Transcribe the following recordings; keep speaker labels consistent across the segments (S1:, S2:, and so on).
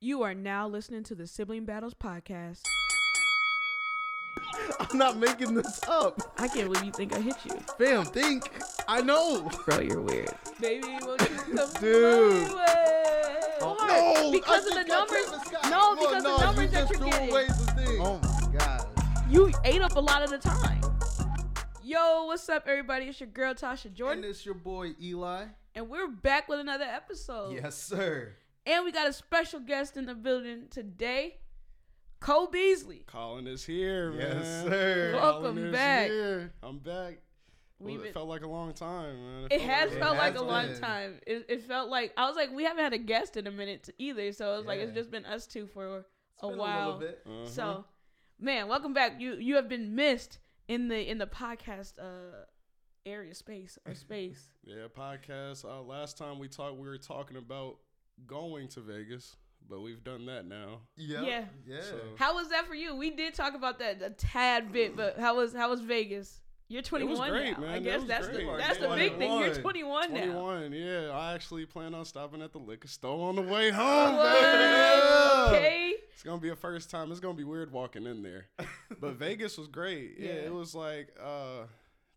S1: You are now listening to the Sibling Battles podcast.
S2: I'm not making this up.
S1: I can't believe you think I hit you,
S2: Fam, think. I know.
S1: bro. You're weird, baby. Won't you come
S2: Dude.
S1: my way?
S3: Oh,
S2: No,
S1: because of
S2: I
S1: the
S2: think I
S1: numbers.
S2: Travis Scott.
S1: No,
S2: Come on,
S1: because the
S2: you
S1: numbers that
S2: just
S1: you're
S2: threw
S1: getting.
S2: away the thing. Oh my god.
S1: You ate up a lot of the time. Yo, what's up, everybody? It's your girl Tasha
S2: And
S1: Jordan, and,
S2: it's your boy Eli.
S1: we're back with another episode.
S2: Yes, sir.
S1: And we got a special guest in the building today, Cole Beasley.
S3: Colin is here,
S2: Yes,
S3: man.
S2: sir.
S1: Welcome
S3: Colin is
S1: back.
S3: here. I'm back. Well,
S1: We've
S3: it
S1: been-
S3: felt like a long time, man.
S1: It has
S2: like-
S1: felt
S2: It
S1: like
S2: has
S1: a long
S2: been.
S1: time. It, it felt like I was like, we haven't had a guest in a minute t- either, so it's like it's
S2: Yeah.
S1: just been us two for
S2: It's
S1: a
S2: been
S1: while.
S2: little bit.
S3: Uh-huh.
S1: So, man, welcome back. You you have been missed in the in the podcast uh area space or space.
S3: yeah, podcast. Uh, last time we talked, we were talking about going to Vegas, but we've done that now.
S2: Yep. Yeah.
S1: Yeah.
S2: Yeah.
S3: So-
S1: How was that for you? We did talk about that a tad bit, but how was how was Vegas? You're 21
S3: great,
S1: now.
S3: man.
S1: I
S3: It
S1: guess
S3: was
S1: that's the
S3: great.
S1: that's the big thing. You're 21 now.
S3: 21. Yeah, I actually plan on stopping at the liquor store on the way home,
S1: What?
S3: baby.
S1: Okay.
S3: It's gonna be a first time. It's gonna be weird walking in there, but Vegas was great. Yeah,
S1: Yeah.
S3: it was like uh,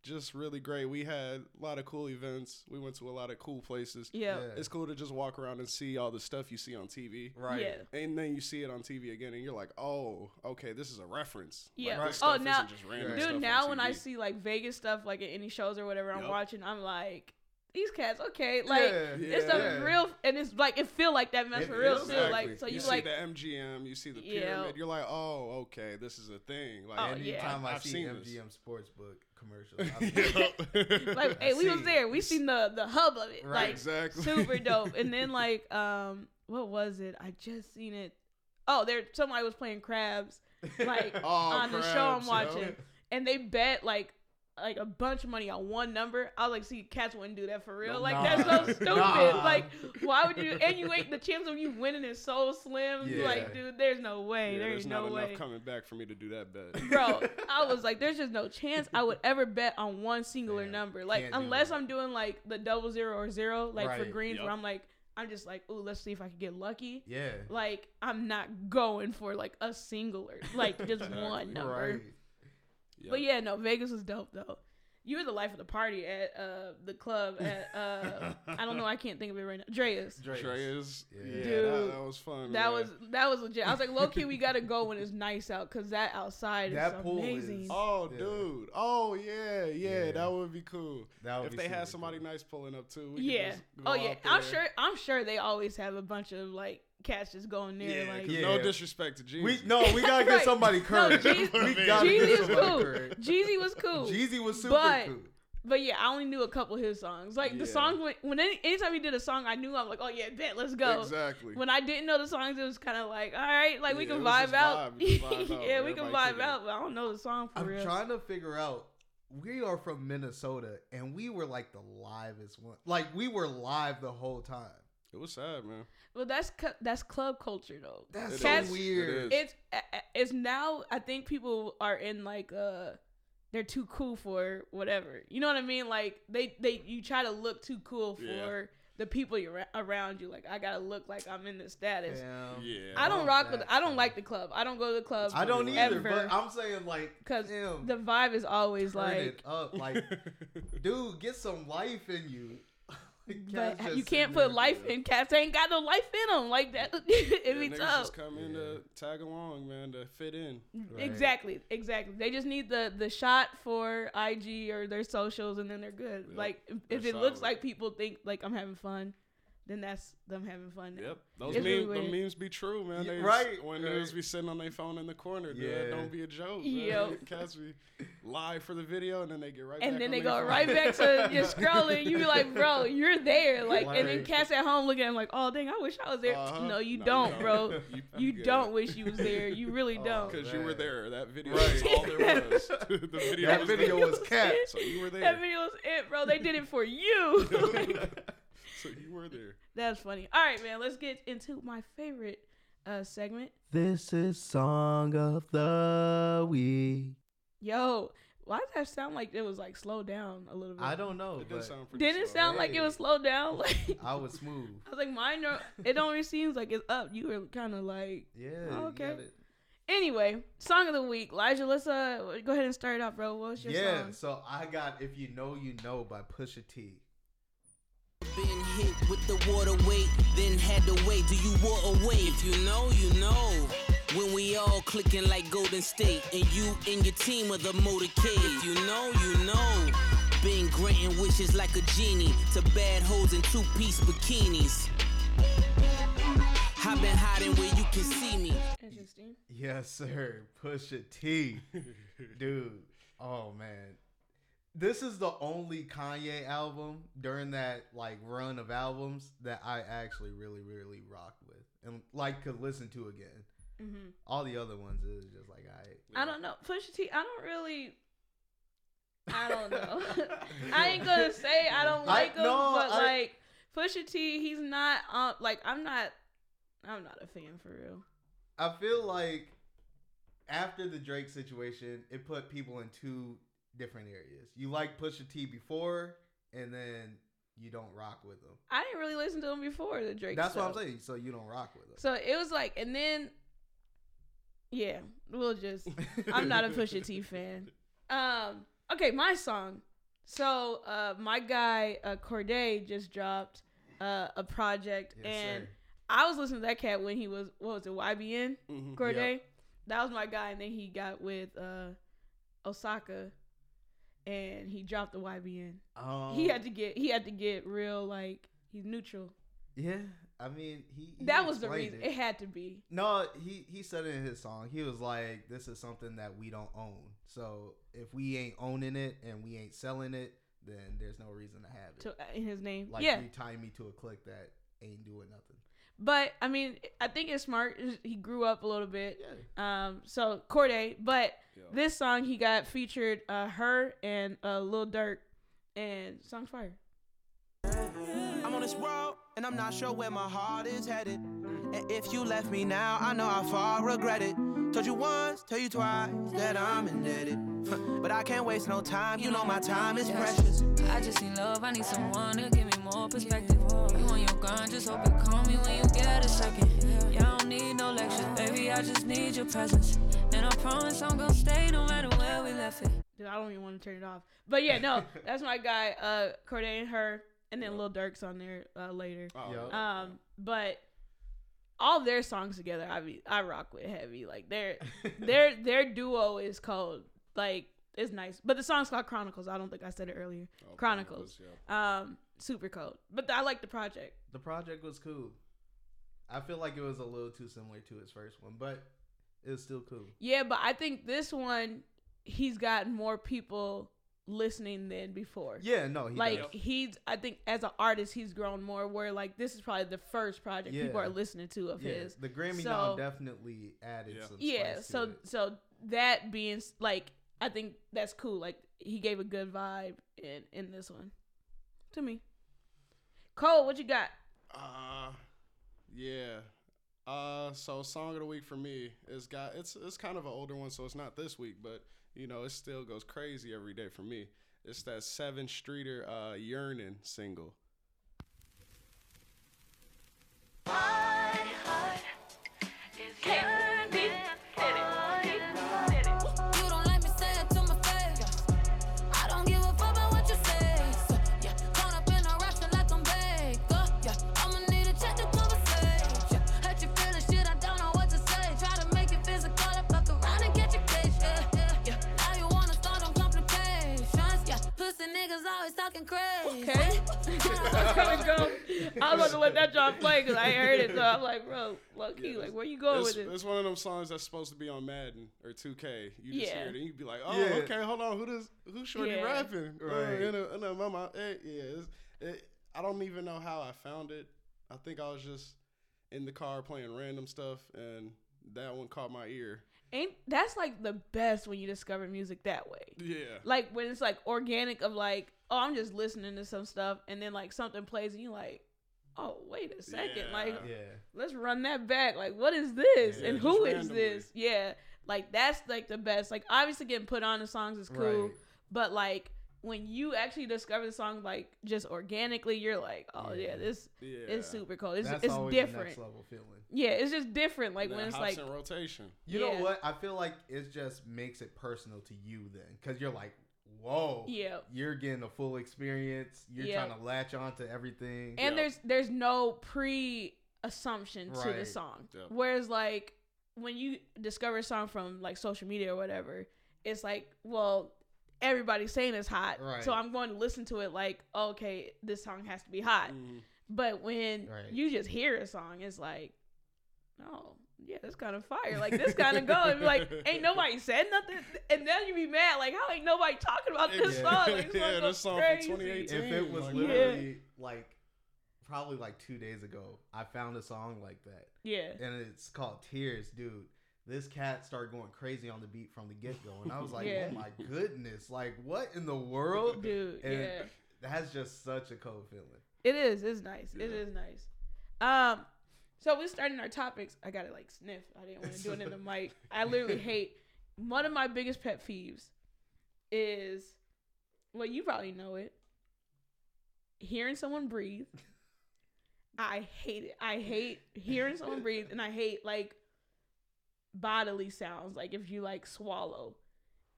S3: just really great. We had a lot of cool events. We went to a lot of cool places.
S1: Yeah.
S2: Yeah.
S3: It's cool to just walk around and see all the stuff you see on TV.
S2: Right.
S1: Yeah.
S3: And then you see it on TV again, and you're like, "Oh, okay, this is a reference." Like,
S1: Yeah.
S3: this
S1: Oh,
S3: stuff
S1: now-
S3: isn't just random
S2: Right.
S3: stuff
S1: Dude,
S3: on
S1: now when I
S3: TV.
S1: see like Vegas stuff, like at any shows or whatever I'm
S3: Yup.
S1: watching, I'm like, these cats, okay, like this stuff is
S2: Yeah.
S1: real, and it's like it feel like that mess
S2: It
S1: for real
S2: feels
S1: too.
S2: exactly.
S1: Like so, you,
S3: see
S1: like
S3: the MGM, you see the
S1: Yeah.
S3: pyramid, you're like, "Oh, okay, this is a thing." Like,
S1: Oh,
S3: I-
S1: yeah.
S2: Anytime I
S3: I've
S2: see
S3: seen
S2: MGM Sportsbook commercials, I'm
S3: this. Yeah.
S1: like
S2: I
S1: hey, we was
S2: see.
S1: there, we seen the the hub of it,
S2: Right,
S1: like
S3: exactly.
S1: super dope. And then like um, what was it? I just seen it. Oh, there somebody was playing crabs, like
S3: Oh,
S1: on the show I'm
S3: crabs, yo.
S1: watching, and they bet like. Like a bunch of money on one number, I was like, "See, cats wouldn't do that for real. like
S2: nah.
S1: that's so stupid.
S2: Nah.
S1: Like, why would you? And you ain't the chance of you winning is so slim.
S2: Yeah.
S1: Like, dude, there's no way.
S3: Yeah,
S1: there's
S3: there's
S1: no
S3: not
S1: way.
S3: enough coming back for me to do that bet.
S1: bro i was like there's just no chance i would ever bet on one singular
S2: Damn,
S1: number like
S2: can't do
S1: unless
S2: that.
S1: i'm doing like the double zero or zero like for
S2: Right,
S1: greens where
S3: yup.
S1: i'm like i'm just like ooh let's see if i can get lucky
S2: yeah.
S1: like i'm not going for like a singular like just one
S3: Exactly,
S1: number
S2: Right.
S3: Yep.
S1: but yeah no vegas was dope though you were the life of the party at uh the club at uh i don't know i can't think of it right now dreas
S2: Dre's.
S3: Dre's,
S2: Yeah.
S3: yeah,
S1: Dude,
S3: that, that was fun.
S1: that
S3: man.
S1: was that was legit. I was like, low key, we gotta go when it's nice out, cause that outside is
S2: That pool is-
S1: amazing.
S3: Oh,
S2: Yeah.
S3: dude. Oh, yeah, yeah,
S2: Yeah.
S3: That would be cool.
S2: That would
S3: if
S2: be
S3: they
S2: super
S3: had somebody
S2: cool.
S3: nice pulling up too. We could
S1: Yeah.
S3: just go
S1: Oh yeah.
S3: out
S1: I'm
S3: there.
S1: sure. I'm sure they always have a bunch of like cats just going there.
S3: Yeah,
S1: like
S3: 'cause
S2: Yeah.
S3: no disrespect to Jesus.
S2: We no, we gotta get
S1: Right.
S2: somebody
S1: No,
S2: current.
S1: Jeez-
S2: we gotta
S1: Jeezy
S2: get
S1: is
S2: somebody
S1: cool.
S2: current.
S1: Jeezy was cool.
S2: Jeezy was super
S1: But-
S2: cool.
S1: But yeah, I only knew a couple of his songs. Like the
S3: Yeah.
S1: songs when, when any, anytime he did a song, I knew I'm like, oh yeah, bet let's go.
S3: Exactly.
S1: When I didn't know the songs, it was kind of like, all right, like we
S3: Yeah,
S1: can
S3: it was
S1: vibe
S3: just
S1: out.
S3: vibe. We can vibe out.
S1: yeah, we can
S3: Everybody
S1: vibe
S3: kicking it.
S1: out, but I don't know the song for
S2: I'm
S1: real.
S2: trying to figure out. We are from Minnesota, and we were like the livest one. Like we were live the whole time.
S3: it was sad, man.
S1: well, that's cu- that's club culture though.
S2: That's
S3: It
S2: so
S1: is.
S2: weird.
S3: It
S1: it's a- a- it's now I think people are in like uh they're too cool for whatever. You know what I mean? Like they they you try to look too cool for
S3: Yeah.
S1: the people you're ra- around you. Like I gotta look like I'm in the status.
S2: Damn.
S3: Yeah.
S1: I don't
S2: love
S1: rock with
S2: that,
S1: I don't
S2: man.
S1: like the club. I don't go to the club.
S2: I don't either,
S1: Ever.
S2: but I'm saying like,
S1: 'Cause
S2: damn,
S1: the vibe is always
S2: turn it
S1: like
S2: up, like, dude, get some life in you.
S1: but
S2: Cats
S1: you can't
S2: just sitting
S1: put
S2: there.
S1: life in cats ain't got no life in them like that it
S3: Yeah,
S1: be
S3: niggas
S1: tough
S3: just come in to tag along, man, to fit in.
S2: Right.
S1: Exactly, exactly. They just need the the shot for IG or their socials, and then they're good.
S3: Yep,
S1: Like if, if
S3: they're
S1: it looks
S3: solid.
S1: like people think like I'm having fun, then that's them having fun.
S3: Yep, those
S1: It's
S3: memes,
S1: really
S3: the
S1: weird.
S3: memes be true, man.
S2: Yeah,
S3: They
S2: right,
S3: when
S2: right.
S3: they just be sitting on their phone in the corner, dude.
S2: Yeah.
S3: That don't be a joke. man.
S1: Yep.
S3: Cats be live for the video and then they get right.
S1: And
S3: back
S1: then
S3: on
S1: they
S3: their
S1: go
S3: phone.
S1: right back to just scrolling. You be like, bro, you're there. Like, and then
S2: Right.
S1: cats at home looking at him like, oh, dang, I wish I was there.
S3: Uh-huh.
S1: No, you
S3: No, you
S1: don't,
S3: don't.
S1: bro.
S3: You-
S1: You
S3: you good.
S1: don't wish you was there. You really
S2: Oh,
S1: don't.
S3: because you were there. That video
S2: Right.
S3: was all there was. the video.
S2: That
S3: was
S2: video
S3: there.
S2: was cat.
S3: So you were
S1: That
S3: there.
S1: video was it, bro. They did it for you. Like,
S3: so you were there.
S1: That's funny. All right, man. Let's get into my favorite uh, segment.
S2: This is song of the week.
S1: Yo, Why does that sound like it was like slowed down a little bit?
S2: I don't know.
S3: It
S2: but
S3: does sound pretty.
S1: Didn't it
S3: slow.
S1: sound like it was slowed down? Like
S2: I was smooth.
S1: I was like, mine. Are, it always seems like it's up. You were kind of like.
S2: Yeah.
S1: Oh,
S2: you
S1: okay.
S2: got it.
S1: Anyway, song of the week, Elijah. Let's uh go ahead and start it off, bro. What was your
S2: Yeah.
S1: song?
S2: So I got "If You Know You Know" by Pusha T.
S4: Been hit with the water weight, then had to wait. Do you walk away? If you know, you know. When we all clicking like Golden State, and you and your team are the motorcade. If you know, you know. Been granting wishes like a genie to bad hoes in two piece bikinis. I've been hiding where you can see me.
S1: Interesting.
S2: Yes, sir. Pusha T. Dude. Oh man. This is the only Kanye album during that like run of albums that I actually really, really rocked with and like could listen to again.
S1: Mm-hmm.
S2: All the other ones is just like I.
S1: I don't know. Pusha T. I don't really. I don't know. I ain't gonna say I don't
S2: I-
S1: like him,
S2: no,
S1: but
S2: I-
S1: like Pusha T. He's not. Uh, like I'm not. I'm not a fan for real.
S2: I feel like after the Drake situation, it put people in two different areas. You like Pusha T before, and then you don't rock with him.
S1: I didn't really listen to him before the Drake.
S2: That's what I'm
S1: stuff.
S2: saying. So you don't rock with him.
S1: So it was like, and then, yeah, we'll just. I'm not a Pusha T fan. Um, okay, my song. So uh, my guy uh, Corday just dropped uh, a project,
S2: Yes,
S1: and
S2: sir.
S1: I was listening to that cat when he was what was it YBN
S3: Mhm.
S2: Mm-hmm.
S1: Corday. That was my guy, and then he got with uh, Osaka, and he dropped the YBN.
S2: Um,
S1: he had to get he had to get real like he's neutral.
S2: Yeah, I mean, he. he
S1: That was the
S2: explained
S1: reason
S2: it.
S1: it had to be.
S2: No, he he said it in his song. He was like, "This is something that we don't own. So if we ain't owning it and we ain't selling it, then there's no reason to have it.
S1: to in his name.
S2: like
S1: yeah,
S2: you tie me to a clique that ain't doing nothing.
S1: but I mean, I think it's smart. He grew up a little bit. Um, so Corday, but
S3: Yeah.
S1: this song he got featured uh, her and uh, Lil Durk, and song's fire.
S5: I'm on this road, and I'm not sure where my heart is headed. And if you left me now, I know I far regret it. Told you once, tell you twice that I'm indebted. but I can't waste no time, you know my time is precious.
S6: I just need love, I need someone to give me more perspective. You on your grind, just hope you call me when you get a second. Yeah, I don't need no lectures, baby, I just need your presence. And I promise I'm gonna stay no matter where we left it.
S1: Dude, I don't even want to turn it off. But yeah, no, that's my guy. Uh, Corday and her, and then Lil Durk's on there uh, later.
S3: Oh,
S2: Yo.
S3: yeah.
S1: Um, but all their songs together, I be, I rock with heavy. Like their their their duo is called like it's nice. But the song's called Chronicles. I don't think I said it earlier.
S3: Oh,
S1: Chronicles.
S3: yeah.
S1: Um, super cold. But I like the project.
S2: The project was cool. I feel like it was a little too similar to his first one, but it was still cool.
S1: Yeah, but I think this one he's got more people listening than before.
S2: Yeah, no, he
S1: like
S2: does.
S1: he's I think as an artist he's grown more where like this is probably the first project people
S2: Yeah.
S1: are listening to of
S2: yeah,
S1: his.
S2: the Grammy
S1: So-
S2: nom definitely added
S3: Yeah.
S2: some.
S1: yeah
S2: spice to
S1: so
S2: it.
S1: so that being s- like i think that's cool like he gave a good vibe in in this one to me cole what you got
S3: Uh yeah. Uh so song of the week for me is got it's it's kind of an older one, so it's not this week, but you know, it still goes crazy every day for me. It's that seven streeter uh yearning single.
S6: You don't like me, say it to my face. I don't give a fuck about what you say. So, yeah, caught up in a rush and let them bake. Uh, yeah, I'ma need a check to conversation. Hurt you feeling shit, I don't know what to say. Try to make it physical, I fuck around and get your case. Yeah, yeah, yeah. Now you wanna start on complications. Yeah, pussy niggas always talking crazy.
S1: okay i was about to let that drop play because i heard it so i'm like bro low key
S3: Yeah,
S1: like where you going
S3: it's,
S1: with it
S3: it's one of them songs that's supposed to be on Madden or 2K. You just
S1: Yeah.
S3: hear it and you be like, "Oh,
S2: Yeah.
S3: okay, hold on, who does who shorty
S1: Yeah.
S3: rapping?" Or,
S2: Right.
S3: you know, and then my mom, eh, yeah, it's, it, I don't even know how I found it. I think I was just in the car playing random stuff, and that one caught my ear.
S1: ain't that's like the best when you discover music that way
S3: Yeah,
S1: like when it's like organic of like oh i'm just listening to some stuff and then like something plays and you like oh wait a second
S3: Yeah.
S1: like
S2: yeah,
S1: let's run that back. Like, what is this?
S3: Yeah,
S1: and
S3: just
S1: who is
S3: randomly.
S1: this? Yeah. Like that's like the best. Like obviously getting put on the songs is cool,
S2: Right.
S1: but like when you actually discover the song like just organically, you're like, oh yeah,
S2: Yeah.
S1: this
S3: Yeah.
S1: is super cool. It's
S2: That's
S1: it's
S2: always the
S1: different.
S2: next level feeling.
S1: Yeah, it's just different. Like
S3: And
S1: when
S3: then
S1: it's
S3: hops
S1: like
S3: in rotation.
S2: You
S1: Yeah.
S2: know what? I feel like it just makes it personal to you then, because you're like, whoa,
S1: yeah.
S2: you're getting a full experience. You're
S1: Yeah.
S2: trying to latch on to everything.
S1: and
S3: Yep.
S1: there's there's no pre assumption to the
S2: Right.
S1: song.
S3: Yep.
S1: Whereas like when you discover a song from like social media or whatever, it's like, well, everybody's saying it's hot,
S2: Right.
S1: so I'm going to listen to it like, okay, this song has to be hot.
S3: Mhm.
S1: But when
S2: Right.
S1: you just hear a song, it's like, no. Yeah, that's kind of fire. Like this kind of go. And be like, ain't nobody said nothing. And then you be mad. Like, how ain't nobody talking about this
S2: Yeah.
S1: song? Like, this
S3: Yeah,
S1: song goes
S3: this song from
S1: crazy.
S3: 2018.
S2: if it was
S3: Like,
S2: literally like probably like two days ago, I found a song like that,
S1: Yeah.
S2: and it's called Tears, dude. This cat started going crazy on the beat from the get go, and I was like,
S1: Yeah.
S2: oh my goodness, like what in the world?
S1: Dude,
S2: And
S1: yeah.
S2: that's just such a cold feeling.
S1: It is. It's nice. It is nice. Um, so we're starting our topics. I gotta like sniff. I didn't want to do it in the mic. I literally hate one of my biggest pet peeves is well, you probably know it. Hearing someone breathe. I hate it. I hate hearing someone breathe and I hate like bodily sounds. Like if you like swallow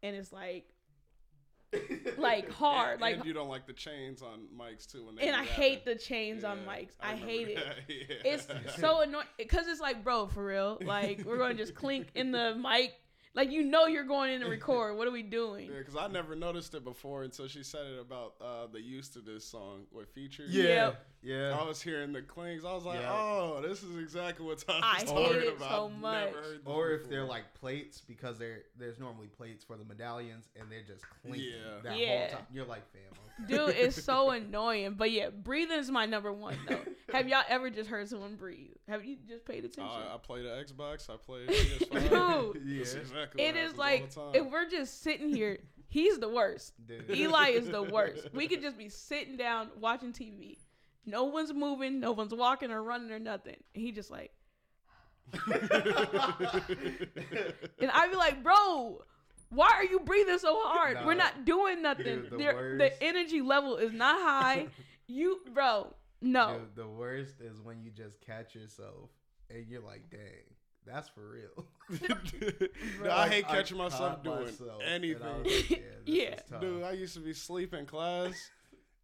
S1: and it's like like hard.
S3: And-
S1: like
S3: and you don't like the chains on mics too. When they
S1: and
S3: be
S1: I
S3: rapping.
S1: hate the chains on
S3: Yeah,
S1: mics. I,
S3: remember
S1: hate it.
S3: that. Yeah.
S1: It's so annoying because it's like, bro, for real. Like we're going to just clink in the mic. Like you know you're going in to record. What are we doing?
S3: Yeah, because I never noticed it before until she said it about uh, the use to this song with features.
S1: Yep.
S2: yeah.
S3: I was hearing the clings. I was like,
S2: Yeah.
S3: oh, this is exactly what
S1: I
S3: Tommy's
S1: hate
S3: talking
S1: it
S3: about.
S1: so
S3: Never
S1: much.
S3: heard this
S2: Or if
S3: before.
S2: they're like plates, because there there's normally plates for the medallions, and they're just clinking
S3: Yeah.
S2: that
S1: Yeah.
S2: whole time. You're like, fam, okay.
S1: Dude, it's so annoying. But yeah, breathing is my number one though. Have y'all ever just heard someone breathe? Have you just paid attention?
S3: Oh, Uh, I, I played an Xbox. I played PS5.
S1: Dude,
S3: That's
S2: Yeah.
S3: exactly
S1: it
S3: what happens
S1: is
S3: all
S1: like
S3: the time.
S1: if we're just sitting here, he's the worst.
S2: Dude.
S1: Eli is the worst. We could just be sitting down watching TV. No one's moving, no one's walking or running or nothing. And he just like, and I'd be like, bro, why are you breathing so hard?
S2: Nah.
S1: We're not doing nothing.
S2: Dude, the
S1: There- the,
S2: worst.
S1: energy level is not high. you, bro, no.
S2: Dude, the worst is when you just catch yourself and you're like, dang, that's for real.
S3: Dude, I
S2: Like,
S3: hate catching
S2: caught
S3: myself doing
S2: myself, and I
S3: anything.
S2: was like, yeah. This
S1: Yeah.
S2: Is tough.
S3: Dude, I used to be asleep in class,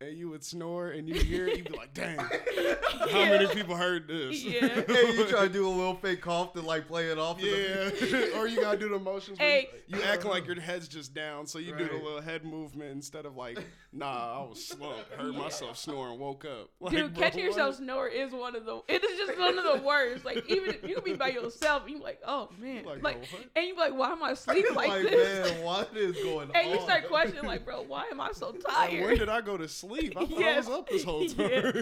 S3: and you would snore, and you hear it, you'd be like, "Dang, how many people heard this?"
S1: Yeah.
S2: hey, you try to do a little fake cough to like play it off. to them.
S3: Yeah. or you gotta do the motions. Where
S1: Hey.
S3: you, you act like your head's just down, so you do the
S2: Right.
S3: little head movement instead of like, "Nah, I was slumped, heard myself snoring, woke up." Like,
S1: Dude,
S3: bro,
S1: catching yourself
S3: what?
S1: snore is one of the. It is just one of the worst. Like even if you could be by yourself, and you like, oh man,
S3: Like,
S1: like,
S3: oh, what?
S1: and you like, why am I sleeping like,
S2: like,
S1: this?
S2: man, what is going on?
S1: And you start questioning, like, bro, why am I so
S3: Like, when
S1: tired?
S3: did I go to sleep? I thought
S1: Yes.
S3: I was up this whole time.
S1: Yeah.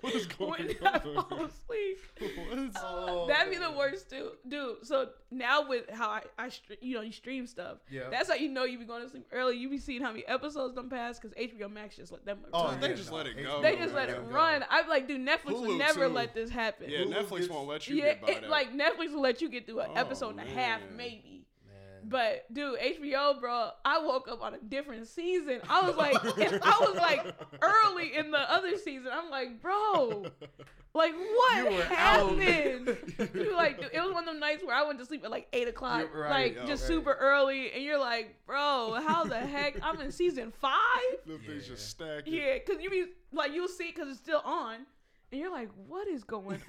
S3: what is
S1: When
S3: going
S1: did I fall
S3: on?
S1: asleep?
S3: What's-
S2: Oh,
S1: That'd be the
S2: man.
S1: worst, too, dude. So now with how I, I str- you know, you stream stuff.
S2: Yeah.
S1: That's how you know you be going to sleep early. You be seeing how many episodes done pass because HBO Max just let them.
S2: Oh,
S1: run.
S3: They
S2: yeah,
S3: just
S2: no,
S3: let it
S2: it's-
S3: go,
S1: They just let
S3: yeah.
S1: it run. I'm like, dude, Netflix
S3: Hulu,
S1: would never
S3: too.
S1: let this happen.
S3: Yeah,
S2: Who
S3: Netflix
S2: gets-
S3: won't let you
S1: Yeah,
S3: get by
S1: it,
S3: that.
S1: like Netflix will let you get through an
S3: Oh,
S1: episode and a half,
S3: man.
S1: maybe.
S2: Man.
S1: But dude, HBO, bro, I woke up on a different season. I was like, I was like early in the other season. I'm like, bro, like what
S2: You were out.
S1: happened? Dude, like dude, it was one of them nights where I went to sleep at like eight o'clock,
S2: You're
S1: like
S2: right, yeah,
S1: just
S2: right.
S1: super early, and you're like, bro, how the heck? I'm in season five.
S3: Them things
S2: Yeah.
S3: just stacked.
S1: Yeah, cause you be like, you'll see because it's still on. And you're like, what is going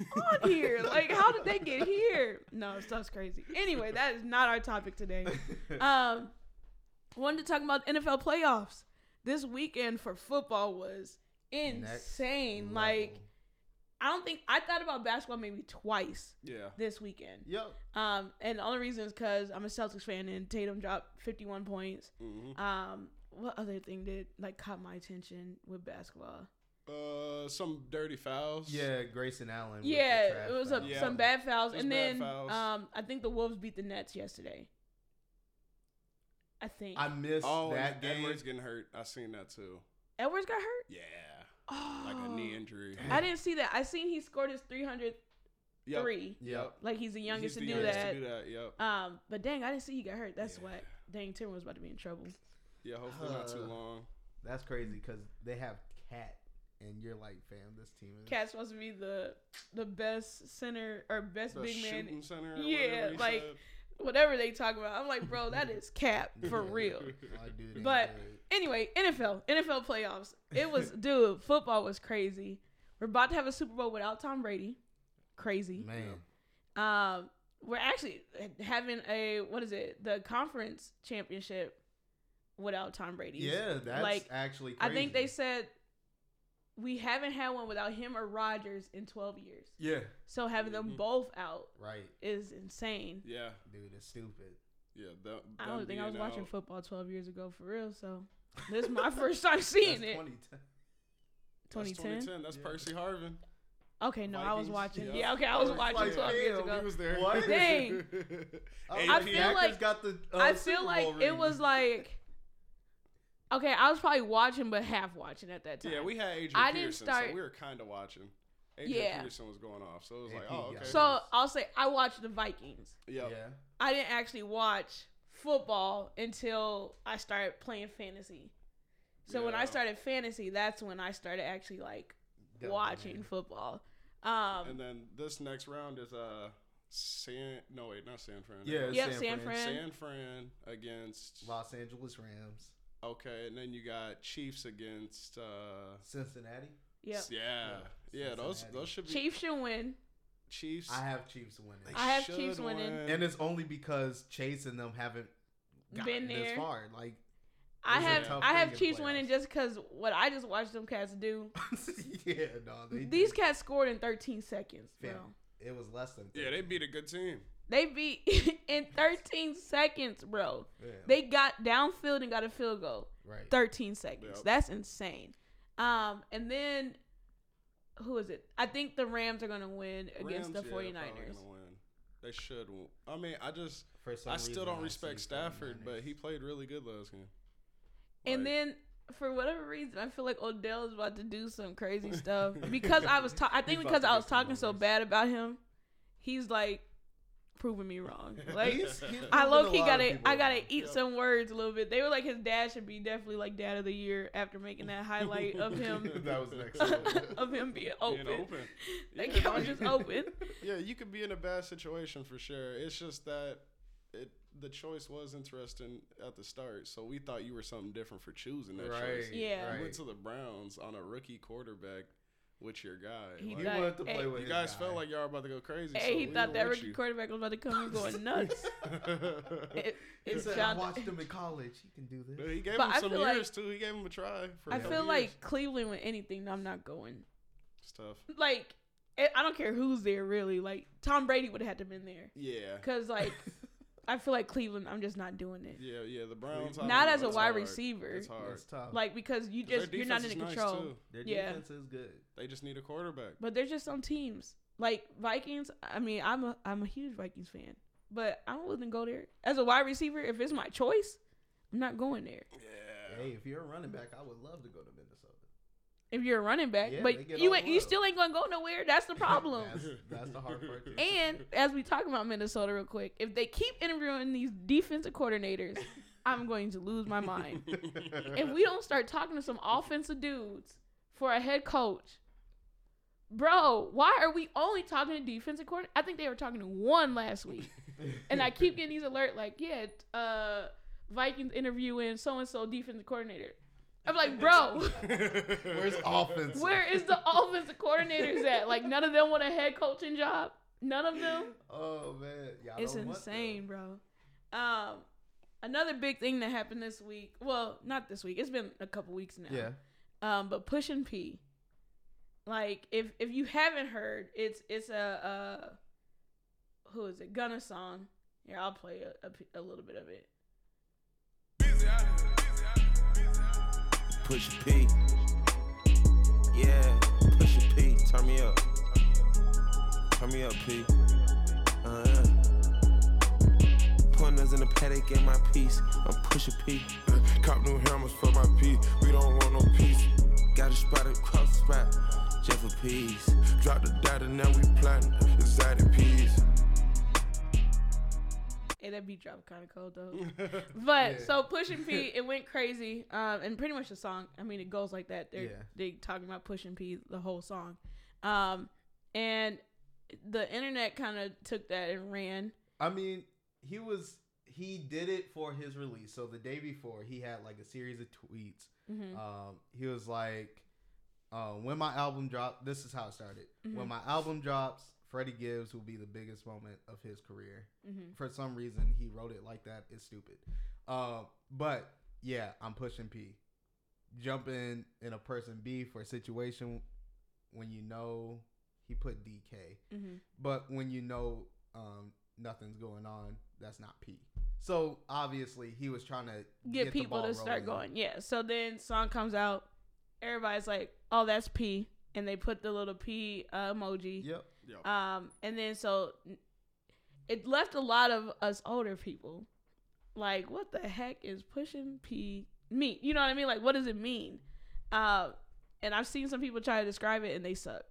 S1: on here? Like, how did they get here? No, stuff's crazy. Anyway, that is not our topic today. Um, wanted to talk about NFL playoffs. This weekend for football was insane. Like, I don't think I thought about basketball maybe twice
S3: Yeah.
S1: this weekend.
S2: Yep.
S1: Um, and the only reason is because I'm a Celtics fan and Tatum dropped 51 points.
S3: Mhm.
S1: Um, what other thing did like caught my attention with basketball?
S3: Uh, some dirty fouls.
S2: Yeah, Grayson Allen. with the
S1: Yeah,
S2: trash
S1: it was a,
S2: foul.
S3: Yeah.
S1: some bad fouls,
S3: It was
S1: and
S3: bad
S1: then
S3: fouls.
S1: um, I think the Wolves beat the Nets yesterday. I think
S2: I missed
S3: Oh,
S2: that
S3: that
S2: game.
S3: Edwards getting hurt. I seen that too.
S1: Edwards got hurt.
S3: Yeah.
S1: Oh,
S3: Like a knee injury.
S1: I didn't see that. I seen he scored his 300th
S3: Yep.
S1: three.
S2: Yep.
S1: Like he's the youngest, to,
S3: He's the
S1: do
S3: youngest
S1: that.
S3: to do that. Yep.
S1: Um, but dang, I didn't see he got hurt. That's
S3: Yeah.
S1: whack. Dang, Tim was about to be in trouble.
S3: Yeah. Hopefully not too
S2: Uh,
S3: long.
S2: That's crazy because they have Cat, and you're like, fam, this team is.
S1: Cat's supposed to be the the best center or best
S3: The
S1: big
S3: shooting
S1: man,
S3: center. or
S1: Yeah,
S3: whatever he
S1: like,
S3: said.
S1: whatever they talk about. I'm like, bro, that is cap for real.
S2: My dude ain't
S1: But
S2: good.
S1: anyway, NFL, NFL playoffs. It was dude, football was crazy. We're about to have a Super Bowl without Tom Brady. Crazy.
S2: man,
S1: Um, we're actually having a what is it? The conference championship without Tom Brady.
S2: yeah, that's
S1: like,
S2: actually.
S1: I
S2: Crazy.
S1: think they said we haven't had one without him or Rodgers in 12 years.
S2: Yeah.
S1: So having them
S3: Mhm.
S1: both out
S2: Right,
S1: is insane.
S3: Yeah.
S2: dude, it's stupid.
S3: Yeah. That,
S1: I don't
S3: them
S1: think I was
S3: being
S1: watching
S3: out.
S1: football 12 years ago for real. So this is my first time seeing
S2: That's
S1: it.
S2: 2010.
S3: That's
S1: 2010.
S3: 2010. That's
S2: Yeah.
S3: Percy Harvin.
S1: Okay, no, I was
S3: Vikings,
S1: watching.
S3: yeah.
S1: Yeah, okay, I was
S2: Like,
S1: watching
S2: like,
S1: 12 years
S2: damn,
S1: ago.
S2: he was
S3: there.
S2: What?
S1: Dang.
S2: I
S1: feel
S2: Packers
S1: like-
S2: got the. uh,
S1: I
S2: Super
S1: feel like
S2: Bowl
S1: it
S2: ring.
S1: was like okay, I was probably watching but half watching at that time.
S3: Yeah, we had Adrian
S1: I didn't
S3: Peterson,
S1: start-
S3: so we were kind of watching. Adrian
S1: Yeah.
S3: Peterson was going off, so it was
S2: Yeah,
S3: like,
S2: he
S3: oh,
S2: got
S3: okay.
S2: it.
S1: So I'll say I watched the Vikings.
S3: yep.
S2: Yeah.
S1: I didn't actually watch football until I started playing fantasy. So when I
S3: Yeah.
S1: started fantasy, that's when I started actually like
S2: Definitely.
S1: watching football. Um,
S3: And then this next round is uh San no wait, not San Fran.
S2: Yeah.
S1: yep,
S2: San
S1: San,
S2: Fran.
S1: Fran.
S3: San Fran against
S2: Los Angeles Rams,
S3: Okay, and then you got Chiefs against uh
S2: Cincinnati.
S1: Yep.
S3: Yeah.
S2: Yeah,
S3: Yeah, those
S2: Cincinnati.
S3: those should be
S1: Chiefs should win.
S3: Chiefs.
S2: I have Chiefs winning,
S3: They
S1: I have
S3: should
S1: Chiefs winning.
S3: win.
S2: and it's only because Chase and them haven't
S1: Been
S2: gotten this
S1: there.
S2: far. Like,
S1: I
S2: It's a
S1: have
S2: tough
S1: I
S2: thing
S1: have
S2: in
S1: Chiefs
S2: playoffs.
S1: winning just because what I just watched them cats do.
S2: yeah, no, they
S1: These
S2: did.
S1: cats scored in 13 seconds. Bro.
S2: Fam, it was less than.
S3: yeah, they beat a good team.
S1: They beat in 13 seconds, bro.
S2: Yeah,
S1: They got downfield and got a field goal.
S2: right.
S1: 13 seconds.
S3: Yep.
S1: That's insane. Um, and then who is it? I think the Rams are gonna win against
S3: Rams, yeah,
S1: the 49ers.
S3: probably gonna win. They should. win. I mean, I just
S2: For some
S3: I still
S2: reason,
S3: don't
S2: I
S3: respect
S2: see
S3: Stafford,
S2: 49ers.
S3: but he played really good last game.
S1: and
S3: Like-
S1: then for whatever reason, I feel like Odell is about to do some crazy stuff because I was ta- I think
S2: He's
S1: because
S2: about to
S1: I
S2: do
S1: was
S2: some
S1: talking so
S2: numbers.
S1: bad about him, he's like proving me wrong. Like
S2: He's- he's
S1: I
S2: moving
S1: low key
S2: a lot of
S1: gotta
S2: people
S1: I gotta
S2: around.
S1: eat
S3: Yep.
S1: some words a little bit. They were like his dad should be definitely like dad of the year after making that highlight of him
S2: that was next.
S1: of him being open.
S3: Being open.
S1: That
S3: Yeah,
S1: cat was
S3: like-
S1: just open.
S3: yeah, you could be in a bad situation for sure. It's just that it the choice was interesting at the start, so we thought you were something different for choosing that
S2: Right.
S3: choice.
S1: Yeah.
S3: You
S2: Right.
S3: went to the Browns on a rookie quarterback with your guy.
S1: He
S3: Like,
S2: he wanted to
S1: Hey,
S2: play with
S3: you
S2: his
S3: guys
S2: guy.
S3: felt like y'all were about to go crazy.
S1: Hey,
S3: so
S1: he
S3: we
S1: thought
S3: were
S1: that
S3: with
S1: rookie
S3: you.
S1: quarterback was about to come and going nuts. It,
S2: He
S1: it's
S2: said, I
S1: shout-
S2: watched him in college. He can do
S3: But
S2: this.
S3: he gave
S1: But
S3: him
S1: I
S3: some
S1: feel like-
S3: years too. He gave him a try. For a
S1: I
S3: couple
S1: feel
S3: years.
S1: like Cleveland with anything, I'm not going.
S3: it's tough.
S1: Like, I I don't care who's there really. Like Tom Brady would have had to been there
S3: Yeah,
S1: because like I feel like Cleveland, I'm just not doing it.
S3: yeah, yeah. The Browns. I
S1: Not
S3: don't
S1: as
S3: know,
S1: a
S3: it's
S1: wide
S3: hard.
S1: receiver.
S3: It's hard.
S2: It's tough.
S1: Like because you
S3: Their
S1: just you're not in
S3: defense is nice,
S1: control.
S3: too.
S2: Their
S1: yeah.
S2: defense is good.
S3: They just need a quarterback.
S1: But there's just some teams like Vikings. I mean, I'm a I'm a huge Vikings fan, but I'm willing to go there as a wide receiver if it's my choice. I'm not going there.
S3: Yeah.
S2: Hey, if you're a running back, I would love to go to Minnesota.
S1: If you're a running back,
S2: Yeah, they
S1: but
S2: get
S1: you
S2: all
S1: ain't, you
S2: love.
S1: still ain't gonna go nowhere. That's the problem.
S2: That's, that's the hard part. too.
S1: and as we talk about Minnesota real quick, if they keep interviewing these defensive coordinators, I'm going to lose my mind. if we don't start talking to some offensive dudes for a head coach, bro, why are we only talking to defensive coordinator? I think they were talking to one last week, and I keep getting these alert like, yeah, uh, Vikings interviewing so and so defensive coordinator. I'm like, bro.
S2: Where's offense?
S1: Where is the offensive coordinators at? Like none of them want a head coaching job. None of them.
S2: Oh man, Y'all
S1: It's
S2: don't want
S1: insane, bro. Um, another big thing that happened this week. Well, not this week. It's been a couple weeks now.
S2: them. Yeah,
S1: Um, but Push and P. Like if if you haven't heard, it's it's a uh, who is it? Gunna song. Here, I'll play a, a p- a little bit of it.
S5: Push a P. Yeah, push a P. Turn me up. Turn me up, P. Uh, putting us in the paddock in my piece. I'm push a P. Uh,
S7: Cop new hammers for my pee. We don't want no peace.
S5: Got a spot across the spot.
S7: just for peace. Drop the data, now we plotting exotic peace.
S1: Yeah, that beat dropped kind of cold though. but so Push and P, it went crazy, um, and pretty much the song. I mean, it goes like that. They're
S2: Yeah.
S1: they talking about Push and P the whole song, um, and the internet kind of took that and ran.
S2: I mean, he was he did it for his release. So the day before, he had like a series of tweets.
S1: Mm-hmm.
S2: Um, he was like, uh, "When my album dropped, this is how it started.
S1: Mm-hmm.
S2: When my album drops, Freddie Gibbs will be the biggest moment of his career."
S1: Mm-hmm.
S2: For some reason, he wrote it like that. It's stupid. Um, but yeah, I'm pushing P. Jumping in a person B for a situation when you know he put DK.
S1: Mm-hmm.
S2: But when you know um, nothing's going on, that's not P. So obviously he was trying to
S1: Get,
S2: the
S1: people
S2: ball
S1: to start
S2: rolling.
S1: going. Yeah. So then song comes out, everybody's like, "Oh, that's P," and they put the little P uh, emoji.
S2: Yep.
S1: Um, and then so it left a lot of us older people like, what the heck is pushing P mean? You know what I mean? Like, what does it mean? Uh, and I've seen some people try to describe it and they suck.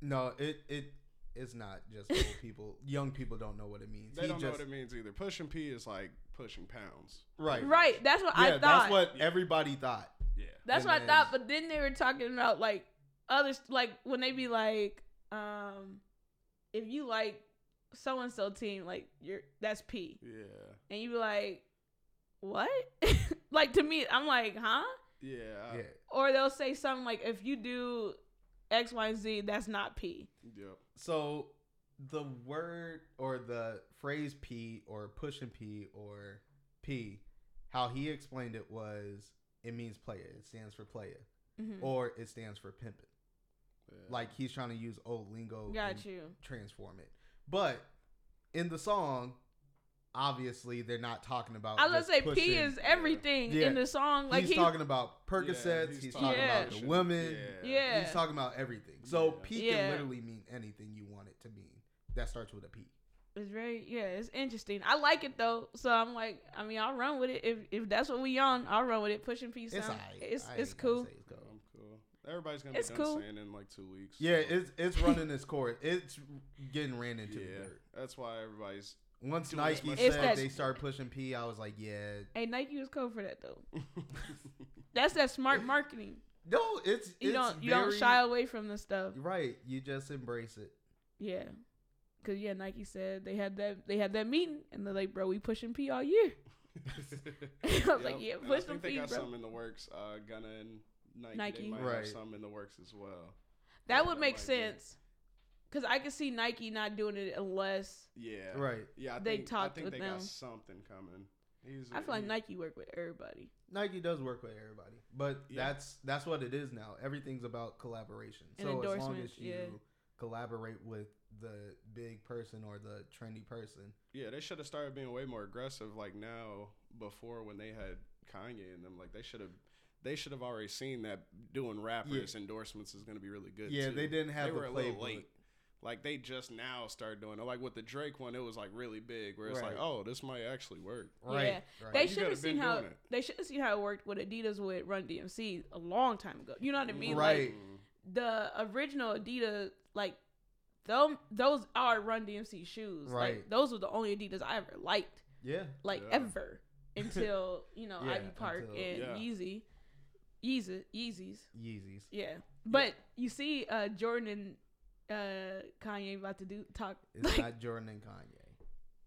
S2: No, it it it's not just old people. Young people don't know what it means.
S3: They
S2: He
S3: don't know
S2: just-
S3: what it means either. Pushing P is like pushing pounds.
S2: Right.
S1: Right. That's what
S2: Yeah,
S1: I thought.
S2: that's what everybody thought.
S3: Yeah.
S1: That's what I
S2: And
S1: thought.
S2: then-
S1: But then they were talking about like others, like when they be like, um, if you like so and so team, like you're that's P.
S3: Yeah.
S1: and you be like, "What?" like to me, I'm like, "Huh?"
S3: Yeah. I-
S2: Yeah.
S1: Or they'll say something like, "If you do X, Y, and Z, that's not P."
S3: Yep.
S2: So the word or the phrase P or pushing P or P, how he explained it was it means player. It stands for player.
S1: Mm.
S2: Or it stands for pimping. Like he's trying to use old lingo.
S1: Got
S2: and
S1: you.
S2: Transform it. But in the song, obviously they're not talking about.
S1: I was
S2: just
S1: gonna say P
S2: pushing.
S1: is everything
S2: Yeah.
S1: in the song. Like
S2: he's
S1: he,
S2: talking about Percocets.
S3: Yeah,
S2: he's, talking
S1: Yeah.
S2: about the women.
S1: Yeah.
S2: He's talking about everything. So
S3: Yeah.
S2: P can
S1: Yeah.
S2: literally mean anything you want it to mean. That starts with a P.
S1: it's very yeah, it's interesting. I like it though, so I'm like, I mean, I'll run with it if if that's what we on. I'll run with it. Pushing P sound,
S2: It's
S1: it's
S2: alright.
S1: it's,
S2: I ain't gotta
S1: cool.
S2: say it's cool.
S3: I'm cool. Everybody's gonna be
S1: It's
S3: done
S1: cool.
S3: saying in like two weeks.
S2: Yeah,
S3: so-
S2: it's it's running its course. It's getting ran into
S3: yeah.
S2: the dirt.
S3: That's why everybody's
S2: Once
S3: Doing as
S2: Nike
S3: much
S2: said
S1: It's that-
S2: they start pushing P, I was like, yeah,
S1: Hey, Nike was cool for that though. That's that smart marketing.
S2: no, it's
S1: You
S2: it's
S1: don't you
S2: very-
S1: don't shy away from this stuff.
S2: Right, you just embrace it.
S1: Yeah. Cause yeah, Nike said they had that they had that meeting and they're like, bro, we pushing P all year. I was like,
S3: Yep.
S1: yeah,
S3: And I
S1: push them
S3: think they
S1: P,
S3: got
S1: bro.
S3: some in the works. Uh, Gunna and Nike,
S1: Nike.
S3: They might
S2: Right.
S3: have some in the works as well.
S1: That
S3: Yeah,
S1: would
S3: that
S1: make
S3: might be.
S1: sense. Cause I could see Nike not doing it unless
S3: Yeah.
S2: Right.
S3: Yeah. I
S1: They
S3: think,
S1: talked
S3: I think
S1: with
S3: they
S1: them.
S3: got something coming. He's,
S1: I feel like
S3: he-
S1: Nike work with everybody.
S2: Nike does work with everybody, but
S3: Yeah.
S2: that's that's what it is now. Everything's about collaboration.
S1: And
S2: so as long as
S1: endorsements,
S2: you
S1: yeah.
S2: collaborate with the big person or the trendy person,
S3: Yeah, they should have started being way more aggressive. Like now, before when they had Kanye in them, like they should have. They should have already seen that doing rappers endorsements is going to be really good.
S2: Yeah,
S3: too.
S2: they didn't have
S3: They
S2: the
S3: were a little
S2: playbook.
S3: late. Like they just now started doing it. Like with the Drake one, it was like really big. Where it's
S2: Right.
S3: like, oh, this might actually work.
S2: right?
S1: yeah.
S2: right.
S1: They
S3: You
S1: should
S3: gotta
S1: have seen
S3: been
S1: how
S3: doing it.
S1: they should have seen how it worked with Adidas with Run DMC a long time ago. You know what I mean?
S2: Right.
S1: Like the original Adidas, like them, those are Run DMC shoes. Like
S2: Right.
S1: those were the only Adidas I ever liked.
S2: yeah.
S1: like
S3: Yeah.
S1: ever until you know
S2: Yeah,
S1: Ivy Park
S2: until-
S1: and
S3: Yeah.
S1: Yeezy, Yeezy, Yeezys.
S2: Yeezys.
S1: Yeah, but you see, uh, Jordan and uh, Kanye about to do talk.
S2: It's
S1: like,
S2: not Jordan and Kanye.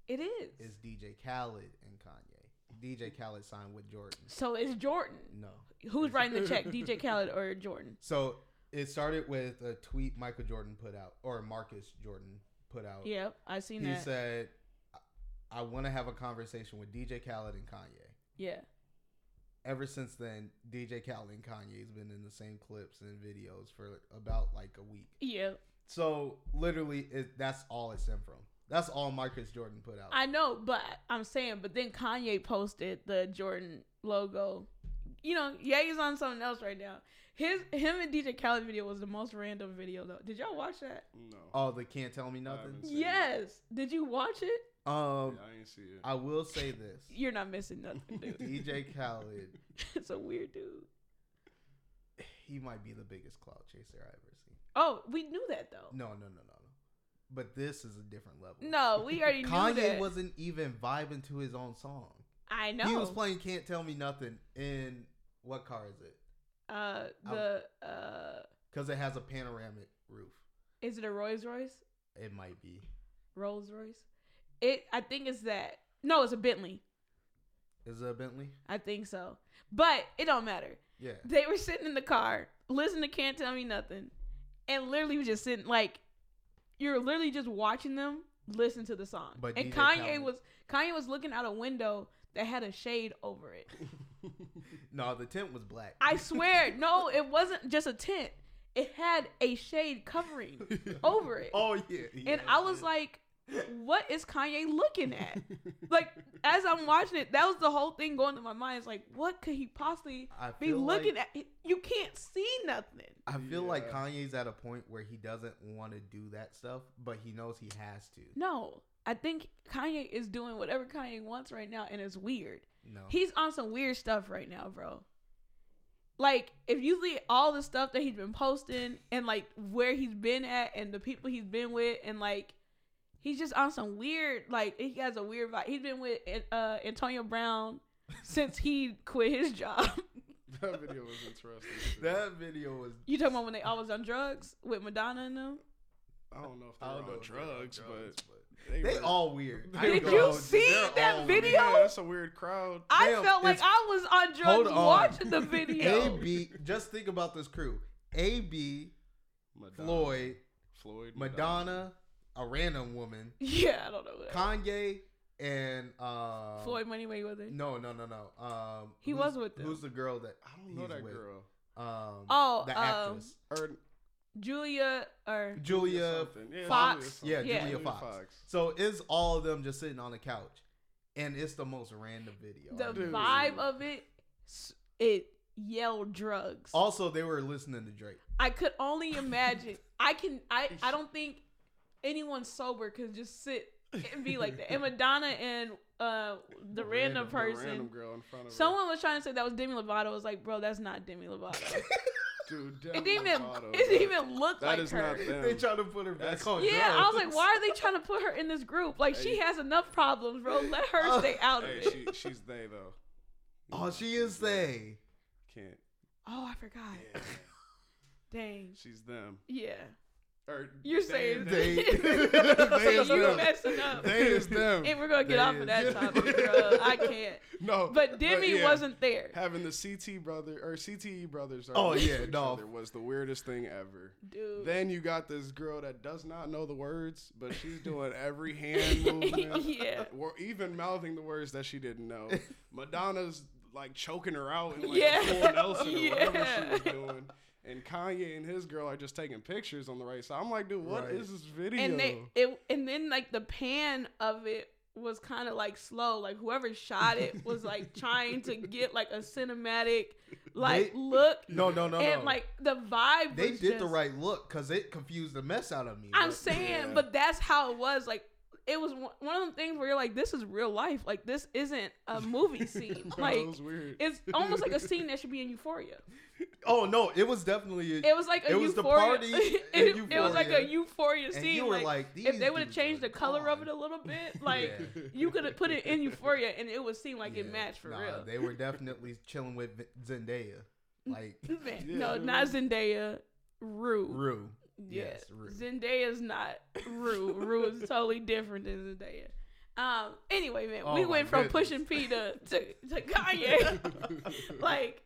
S1: it is.
S2: It's DJ Khaled and Kanye. DJ
S1: Mm-hmm.
S2: Khaled signed with Jordan.
S1: so it's Jordan.
S2: No.
S1: Who's writing the check, DJ Khaled or Jordan?
S2: So it started with a tweet Michael Jordan put out or Marcus Jordan put out.
S1: Yep, I seen
S2: Oh. He
S1: that.
S2: said, "I, I want to have a conversation with DJ Khaled and Kanye."
S1: yeah,
S2: ever since then, DJ Khaled and Kanye's been in the same clips and videos for about like a week.
S1: yeah.
S2: So literally, it, that's all it stemmed from. That's all Marcus Jordan put out.
S1: I know, but I'm saying, but then Kanye posted the Jordan logo. You know, yeah, he's on something else right now. His him and DJ Khaled video was the most random video though. Did y'all watch that?
S3: No.
S2: oh, they can't tell me
S3: haven't
S2: nothing.
S3: seen it.
S1: Yes. Did you watch it?
S2: Um,
S3: I ain't see it.
S2: I will say this: E
S1: You're not missing nothing, dude.
S2: DJ Khaled,
S1: it's a weird dude.
S2: he might be the biggest cloud chaser I ever seen.
S1: Oh, we knew that though.
S2: No, no, no, no, no. But this is a different level.
S1: No, we already knew
S2: Kanye
S1: that.
S2: wasn't even vibing to his own song.
S1: I know.
S2: He was playing "Can't Tell Me Nothing" in what car is it?
S1: uh, the uh,
S2: Because it has a panoramic roof.
S1: is it a Rolls Royce?
S2: It might be.
S1: Rolls Royce. It. I think it's that. No, it's a Bentley.
S2: Is it a Bentley?
S1: I think so. But it don't matter.
S2: Yeah.
S1: They were sitting in the car, listening to "Can't Tell Me Nothing," and literally was just sitting like, you're literally just watching them listen to the song.
S2: But
S1: and
S2: DJ
S1: Kanye
S2: Khaled-
S1: was Kanye was looking out a window that had a shade over it.
S2: No, the tent was black.
S1: I swear, no, it wasn't just a tent. It had a shade covering over it.
S2: oh yeah. yeah,
S1: and I was
S2: yeah.
S1: like, what is Kanye looking at? like, as I'm watching it, that was the whole thing going through my mind. It's like, what could he possibly
S2: I
S1: be
S2: feel
S1: looking
S2: like-
S1: at? You can't see nothing.
S2: I feel like
S3: Yeah.
S2: Kanye's at a point where he doesn't want to do that stuff, but he knows he has to.
S1: No, I think Kanye is doing whatever Kanye wants right now, and it's weird.
S2: No.
S1: He's on some weird stuff right now, bro. Like, if you see all the stuff that he's been posting and like where he's been at and the people he's been with, and like he's just on some weird, like he has a weird vibe. He's been with uh, Antonio Brown since he quit his job.
S3: That video was interesting. too.
S2: that video was.
S1: you talking about when they all was on drugs with Madonna and them?
S3: I don't know if they
S2: I
S3: were
S2: don't
S3: on
S2: know if they were on
S3: drugs,
S2: drugs,
S3: but
S2: They
S3: were-
S2: all weird. I
S1: Did
S2: ain't
S1: you
S2: gonna hold
S1: see
S2: They're
S1: that
S2: all
S1: video?
S3: Yeah, that's a weird crowd.
S1: I
S2: Damn,
S1: felt like
S2: it's-
S1: I was on
S2: Hold
S1: drugs
S2: on.
S1: watching the video.
S2: AB, just think about this crew: AB,
S3: Madonna.
S2: Floyd,
S3: Floyd,
S2: Madonna, a random woman,
S1: yeah, I don't know. What that
S2: Kanye, and uh,
S1: was. Floyd Moneyway was it?
S2: No, no, no, no. Um,
S1: He
S2: who's-
S1: was with them.
S2: Who's the girl that
S3: I don't know
S2: he's
S3: that
S2: with?
S3: girl.
S2: Um,
S1: Oh,
S2: the
S1: um,
S2: actress
S3: Or
S1: Julia or
S2: Julia.
S3: something. Yeah,
S1: Fox.
S3: something.
S2: Yeah,
S1: Yeah.
S2: Julia Fox. So it's all of them just sitting on the couch, and it's the most random video.
S1: the
S2: I've ever
S3: Dude.
S1: vibe of it s- it yelled drugs
S2: Also, they were listening to Drake.
S1: i could only imagine i can i i don't think anyone sober could just sit and be like that and madonna and uh the random,
S2: Random- the
S3: The
S1: person
S3: random girl in front of her.
S1: someone was trying to say that was demi lovato I was like bro that's not demi lovato
S3: Dude,
S1: it
S3: Demi
S1: didn't even
S3: Lovato,
S1: it didn't
S3: bro.
S1: even look
S3: That
S1: like
S3: is
S1: her
S3: not them.
S2: They try to put her back
S3: That's-
S2: on.
S1: yeah, I was
S2: drugs.
S1: like, why are they trying to put her in this group? Like, she
S3: Hey.
S1: has enough problems, bro. Let her stay out of
S3: Hey,
S1: it.
S3: she, she's they though.
S2: Oh, she is they.
S3: Can't. eh,
S1: oh, I forgot. Dang.
S3: She's them.
S1: Yeah.
S3: Or
S1: You're
S3: they
S1: saying
S3: and
S2: They,
S1: They-
S2: they is
S1: you
S2: them.
S1: messing up.
S2: They is them.
S1: And we're gonna get off of that
S2: Yes.
S1: topic, bro. I can't.
S3: No,
S1: But Demi
S3: yeah,
S1: wasn't there.
S3: having the CT brother or CTE brothers.
S2: Oh,
S3: arguing
S2: yeah,
S3: with each
S2: no.
S3: other was the weirdest thing ever.
S1: Dude.
S3: Then you got this girl that does not know the words, but she's doing every hand movement,
S1: Yeah.
S3: or even mouthing the words that she didn't know. Madonna's like choking her out and like
S1: Yeah.
S3: a full Nelson or whatever she
S1: Yeah.
S3: was doing. And Kanye and his girl are just taking pictures on the right side. I'm like, dude, what
S2: Right.
S3: is this video?
S1: and they it and then like the pan of it was kind of like slow. Like whoever shot it was like trying to get like a cinematic like
S2: They-
S1: look.
S2: No, no, no,
S1: and
S2: no.
S1: like the vibe.
S2: They
S1: was
S2: did the
S1: just-
S2: right look because it confused the mess out of me.
S1: I'm
S2: Like,
S1: saying,
S3: Yeah.
S1: but that's how it was. Like it was one one of them things where you're like, this is real life. Like this isn't a movie scene.
S3: That
S1: like
S3: was weird.
S1: it's almost like a scene that should be in Euphoria.
S2: oh no, it was definitely.
S1: It was like a
S2: It
S1: euphoria.
S2: was the party in
S1: it, it was like a
S2: Euphoria.
S1: euphoria
S2: And
S1: scene.
S2: you were
S1: like,
S2: like,
S1: if
S2: "These
S1: they would have
S2: dudes
S1: changed
S2: are
S1: the color of
S2: gone."
S1: it a little bit, like
S2: Yeah.
S1: you could have put it in euphoria and it would seem like it matched for
S2: nah,
S1: real.
S2: They were definitely chilling with Zendaya, like
S1: Man,
S3: Yeah.
S1: No, not Zendaya. Rue.
S2: Rue.
S1: Yeah.
S2: Yes, Rue.
S1: Zendaya's not Rue. Rue is totally different than Zendaya. Um. Anyway, man,
S2: Oh
S1: we
S2: my
S1: went from
S2: goodness.
S1: pushing P to to, to Kanye. like,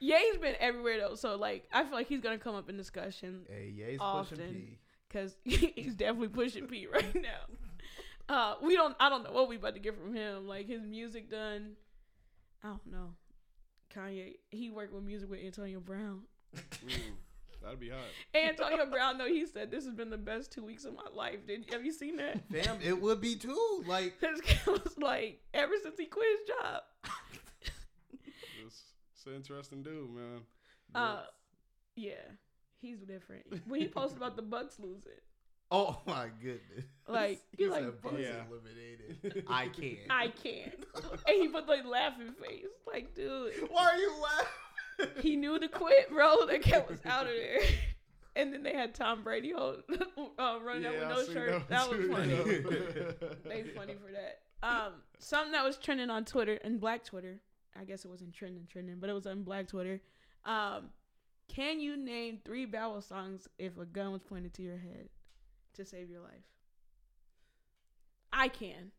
S1: Ye's been everywhere though, so like I feel like he's gonna come up in discussion
S2: Hey, Ye's pushing
S1: Often.
S2: P.
S1: because he's definitely pushing P right now. Uh, we don't. I don't know what we about to get from him. Like his music done. I don't know. Kanye. He worked with music with Antonio Brown.
S3: Mm, that'd be hot.
S1: Antonio Brown, though, he said this has been the best two weeks of my life. Did have you seen that?
S2: Damn, it would be too. Like
S1: His kid was like, ever since he quit his job.
S3: It's, it's an interesting dude, man.
S1: uh, yeah, he's different. When he posted about the Bucks losing,
S2: Oh my goodness!
S1: Like,
S2: He
S1: you're
S2: said
S1: like,
S2: Bucks
S3: Yeah.
S2: eliminated. I can't.
S1: I can't. and he put the laughing face. Like, dude,
S2: Why are you laughing?
S1: he knew to quit, bro. That cat was out of there. And then they had Tom Brady hold, uh, running out
S3: I
S1: with no
S3: seen
S1: shirt.
S3: one
S1: That was
S3: too,
S1: funny.
S3: yeah.
S1: They funny for that. Um, something that was trending on Twitter and Black Twitter. I guess it wasn't trending, trending, but it was on Black Twitter. Um, can you name three Bible songs if a gun was pointed to your head to save your life? I can,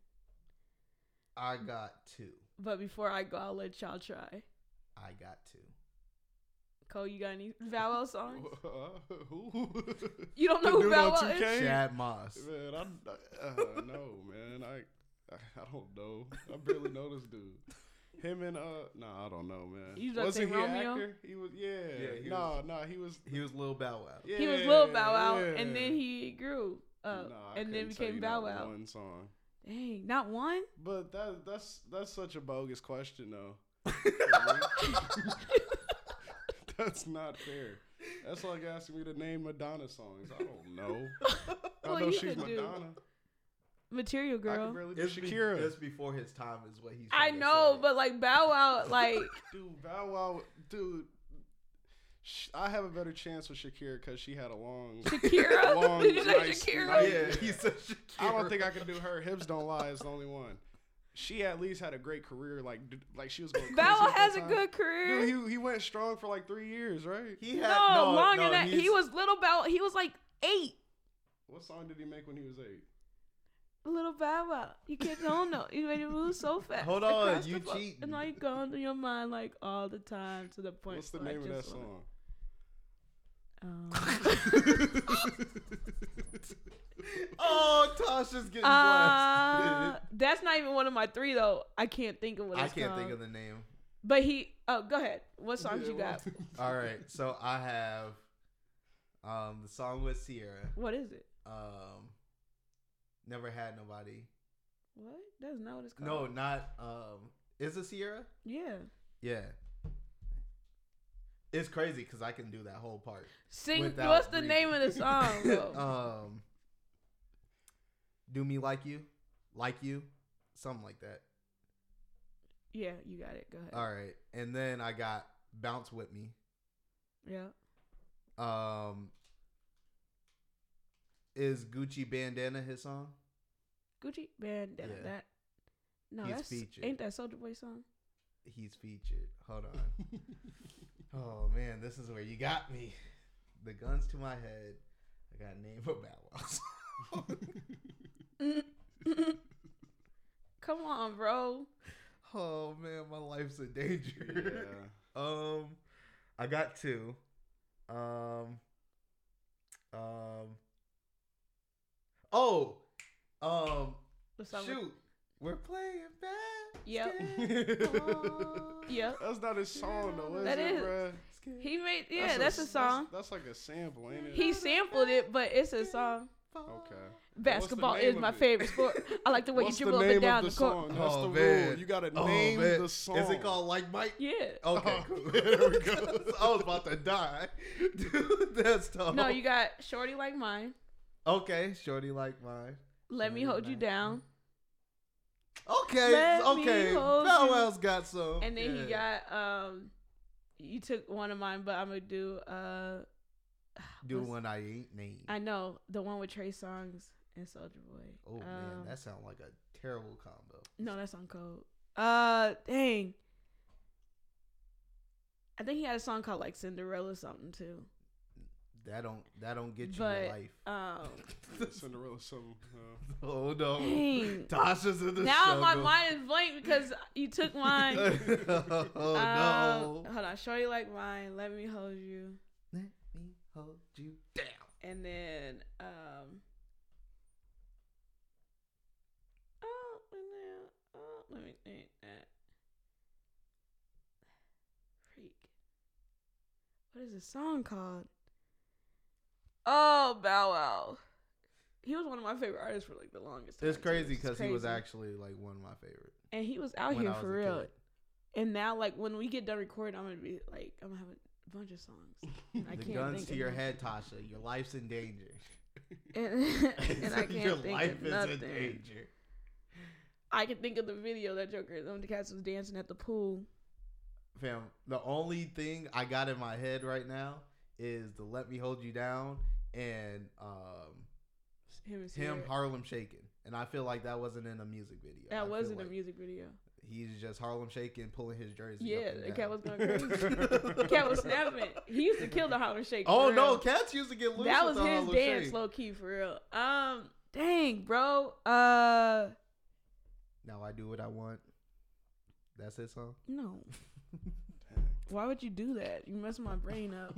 S2: I got two.
S1: but before I go, I'll let y'all try.
S2: I got two.
S1: Cole, you got any Bow Wow songs?
S3: Uh, who?
S1: You don't know
S3: The
S1: who
S3: dude
S1: Bow
S3: on
S1: Wow is?
S3: 2K?
S2: Chad Moss.
S3: Man, I uh, no, man. I I don't know. I barely know this dude. Him and uh, no, nah, I don't know, man.
S1: You was about to say
S3: Wasn't he an
S1: Romeo?
S3: actor? He was, yeah.
S2: Yeah, he
S3: nah,
S2: was-
S3: nah, he was.
S2: He was Lil Bow Wow.
S1: He was
S3: yeah,
S1: Lil Bow Wow, and
S3: yeah.
S1: then he grew
S3: Nah,
S1: up,
S3: I
S1: and then
S3: couldn't tell
S1: became
S3: you
S1: Bow
S3: not
S1: Wow.
S3: One song,
S1: Dang, not one.
S3: but that that's that's such a bogus question, though. For me. that's not fair. That's like asking me to name Madonna songs. I don't know.
S1: Well,
S3: I know
S1: you
S3: she's
S1: could do
S3: Madonna.
S1: Material
S3: I can
S1: Girl.
S3: barely do
S2: It's be-
S3: Shakira.
S2: It's before his time is what he's.
S1: I
S2: trying to
S1: know,
S2: say.
S1: but like Bow Wow, like
S3: Dude, Bow Wow, dude. Sh- I have a better chance with Shakira because she had a long.
S1: Shakira.
S3: Long,
S1: Did you say
S3: nice
S1: Shakira?
S3: night.
S2: yeah, he said Shakira.
S3: I don't think I can do her. Hips don't lie is the only one. She at least had a great career. Like, d- like she was going.
S1: Bow
S3: crazy
S1: Wow
S3: at
S1: has
S3: that
S1: a
S3: time.
S1: good career.
S3: Dude, he he went strong for like three years, right?
S2: He
S1: no,
S2: had
S1: longer than that. He
S2: he's-
S1: was little Bow. He was like eight.
S3: What song did he make when he was eight?
S1: Little Bow Wow, you can't don't know. You made it move so fast.
S2: Hold on,
S1: across the
S2: you
S1: fu-
S2: cheating.
S1: And like going through your mind like all the time to the point.
S3: What's the
S1: where I
S3: name of that
S1: just wanna-
S3: song?
S1: Um,
S2: Oh, Tasha's getting
S1: Uh,
S2: blessed.
S1: that's not even one of my three though. I can't think of what
S2: I
S1: it's
S2: can't
S1: called.
S2: think of the name.
S1: But he. Oh, go ahead. What songs
S3: Yeah,
S1: you got?
S3: what-
S2: All right, so I have um the song with Sierra.
S1: what is it?
S2: Um, never had nobody.
S1: What? That's not what it's called.
S3: Uh-huh.
S2: No, not um. Is it Sierra?
S1: Yeah.
S2: Yeah. It's crazy because I can do that whole part.
S1: Sing.
S2: Without
S1: what's the
S2: reading.
S1: name of the song? Bro?
S2: um, do me like you, like you, something like that.
S1: yeah, you got it. Go ahead.
S2: All right, and then I got bounce with me.
S1: Yeah.
S2: Um, is Gucci Bandana his song?
S1: Gucci band. That.
S2: Yeah.
S1: that. No,
S2: He's
S1: that's
S2: featured.
S1: ain't that Soldier Boy song?
S2: He's featured. Hold on. oh man, this is where you got me. The guns to my head. I got a name for Bow Wow.
S1: Come on, bro.
S2: oh man, my life's in danger.
S3: Yeah.
S2: Um, I got two. Um, um. Oh, um.
S1: The song. with-
S2: Shoot, we're playing bad.
S1: Yep. Yep.
S3: That's not his song though, is
S1: That
S3: it,
S1: is.
S3: bruh?
S1: He made. Yeah, that's, a, song.
S3: That's, that's like a sample, ain't it?
S1: he sampled it, but it's a song.
S3: okay.
S1: Basketball
S3: name
S1: is
S3: of
S1: my
S3: it?
S1: favorite sport. I like the way
S3: What's
S1: you
S3: the
S1: dribble up and
S3: name of
S1: down
S3: the
S1: the, court.
S3: song? That's the rule. You gotta name the
S2: Oh, man. Is
S3: song. Uh-huh.
S2: it called like Mike?
S1: Yeah.
S2: Okay, cool. there we go. I was about to die. Dude, that's tough.
S1: No, you got Shorty Like Mine.
S2: Okay, shorty like mine.
S1: Let me
S2: Shorty
S1: hold you
S2: Like
S1: down.
S2: Okay,
S1: Let me
S2: okay.
S1: hold
S2: Bow
S1: you.
S2: Wow's got some.
S1: And then he
S2: Yeah.
S1: got um you took one of mine, but I'm gonna do uh
S2: Do
S1: what's-
S2: one I ain't named.
S1: I know the one with Trey Songs and Soldier Boy.
S2: Oh man,
S1: Um,
S2: that sounds like a terrible combo.
S1: no, that's on code. Uh dang. I think he had a song called like Cinderella something too.
S2: That don't that don't get you
S1: But
S2: your life.
S1: um
S3: Cinderella something. Uh,
S2: Oh no,
S1: dang.
S2: Tasha's in the
S1: now my
S2: struggle.
S1: mind is blank because you took mine.
S2: oh
S1: Um,
S2: no.
S1: Hold on, Shorty Like Mine, Let Me Hold You.
S2: Let me hold you down.
S1: And then, um, oh, and then, oh, let me think that. Freak. What is this song called? Oh, Bow Wow. He was one of my favorite artists for like the longest time.
S2: It's
S1: too,
S2: crazy
S1: which is
S2: because he was
S1: crazy.
S2: actually like one of my favorites.
S1: and he was out
S2: when
S1: here
S2: I was
S1: for
S2: a
S1: real.
S2: kid.
S1: And now, like when we get done recording, I'm gonna be like, I'm gonna have a bunch of songs. And I
S2: the
S1: can't
S2: guns
S1: think
S2: to
S1: of
S2: your
S1: nothing.
S2: head, Tasha. Your life's in danger.
S1: and, and I can't
S2: your
S1: think
S2: life
S1: of
S2: is
S1: nothing.
S2: in danger.
S1: I can think of the video that Joker and the cats was dancing at the pool,
S2: fam, the only thing I got in my head right now is the "Let Me Hold You Down" and um,
S1: Him is
S2: him
S1: here.
S2: Harlem Shaking, and I feel like that wasn't in a music video. I
S1: That
S2: feel
S1: wasn't
S2: like
S1: a music video.
S2: He's just Harlem Shaking, pulling his jersey. up
S1: Yeah,
S2: and
S1: the
S2: down.
S1: cat was going crazy. the cat was snapping. He used to kill the Harlem Shake. for
S2: Oh
S1: real.
S2: no, cats used to get loose.
S1: that
S2: with
S1: was
S2: the
S1: his
S2: Harlem
S1: dance,
S2: Shake.
S1: low key for real. Um, dang, bro. Uh,
S2: Now I do what I want. That's his song.
S1: no. Why would you do that? You messed my brain up.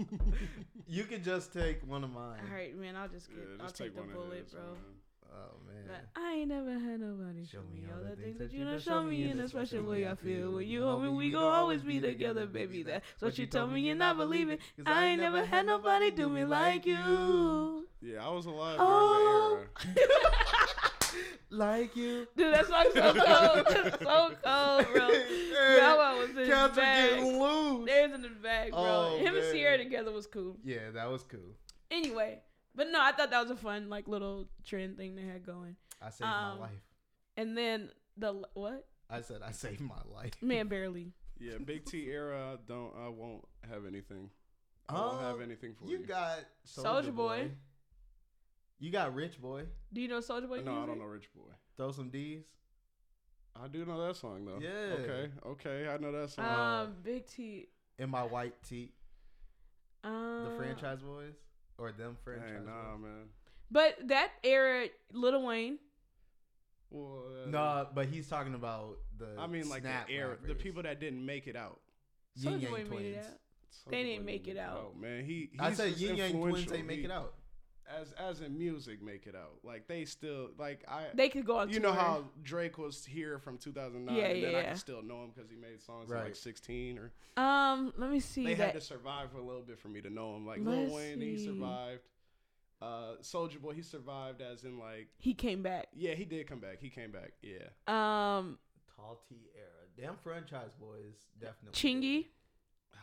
S2: You could just take one of mine.
S1: All right, man. I'll just get. I'll
S3: just
S1: take, the
S3: of
S1: bullet,
S3: his,
S1: bro.
S3: man.
S2: Oh man.
S1: But I ain't never had nobody show me all the things that you done show me in a special way I feel. When you hold me, we gon' always be together, baby. That's what you told me, and I believe it. I ain't never had nobody do me like you.
S3: Yeah, I was alive during
S1: Oh.
S3: the era.
S2: Like you.
S1: Dude, that song's so cold. so cold, bro.
S2: Hey,
S1: that one was in his
S2: Cats are
S1: bag.
S2: getting loose.
S1: There's in the bag, bro.
S2: Oh,
S1: Him and
S2: man.
S1: Sierra together was cool.
S2: Yeah, that was cool.
S1: Anyway, but no, I thought that was a fun, like, little trend thing they had going.
S2: I saved
S1: Um,
S2: my life.
S1: And then the what?
S2: I said I saved my life.
S1: Man, barely.
S3: Yeah, Big T era. I Don't I won't have anything. I won't have
S2: Um,
S3: anything for
S2: You
S3: you.
S2: got
S1: Soulja
S2: Soldier Boy.
S1: Boy.
S2: You got Rich Boy.
S1: Do you know Soldier Boy?
S3: Uh, no, I
S1: music?
S3: don't know Rich Boy.
S2: Throw some D's.
S3: I do know that song though.
S2: Yeah.
S3: Okay. Okay. I know that song.
S1: Um, Big T.
S2: In my white tee.
S1: Um,
S2: The franchise boys. Or them franchise
S3: Dang, nah,
S2: boys.
S3: man.
S1: But that era, Lil Wayne.
S3: Well, uh,
S2: No, but he's talking about the
S3: I mean like
S2: snap
S3: the era, the
S2: rappers.
S3: people that didn't make it out.
S2: Yin
S1: Soulja
S2: Yang
S1: Boy made it
S2: Twins.
S1: out.
S3: Soulja
S1: They didn't
S3: Boy
S1: make it out.
S3: man. He. He's
S2: I said
S3: just
S2: Yin Yang Twins
S3: influential.
S2: they make
S3: He-
S2: it out.
S3: as as in music make it out. Like they still like I.
S1: They could go on.
S3: you know
S1: tour.
S3: how Drake was here from 2009,
S1: Yeah,
S3: and then
S1: yeah,
S3: I
S1: yeah.
S3: can still know him because he made songs at
S2: Right.
S3: like 16 or
S1: Um, let me see
S3: they
S1: that.
S3: had to survive for a little bit for me to know him. Like
S1: Let's
S3: Lil Wayne, he
S1: see.
S3: survived. Uh, Soldier Boy, he survived as in like
S1: He came back.
S3: yeah, he did come back. He came back. Yeah,
S1: Um,
S2: Tall T era. Damn franchise boys definitely.
S1: Chingy.
S2: did.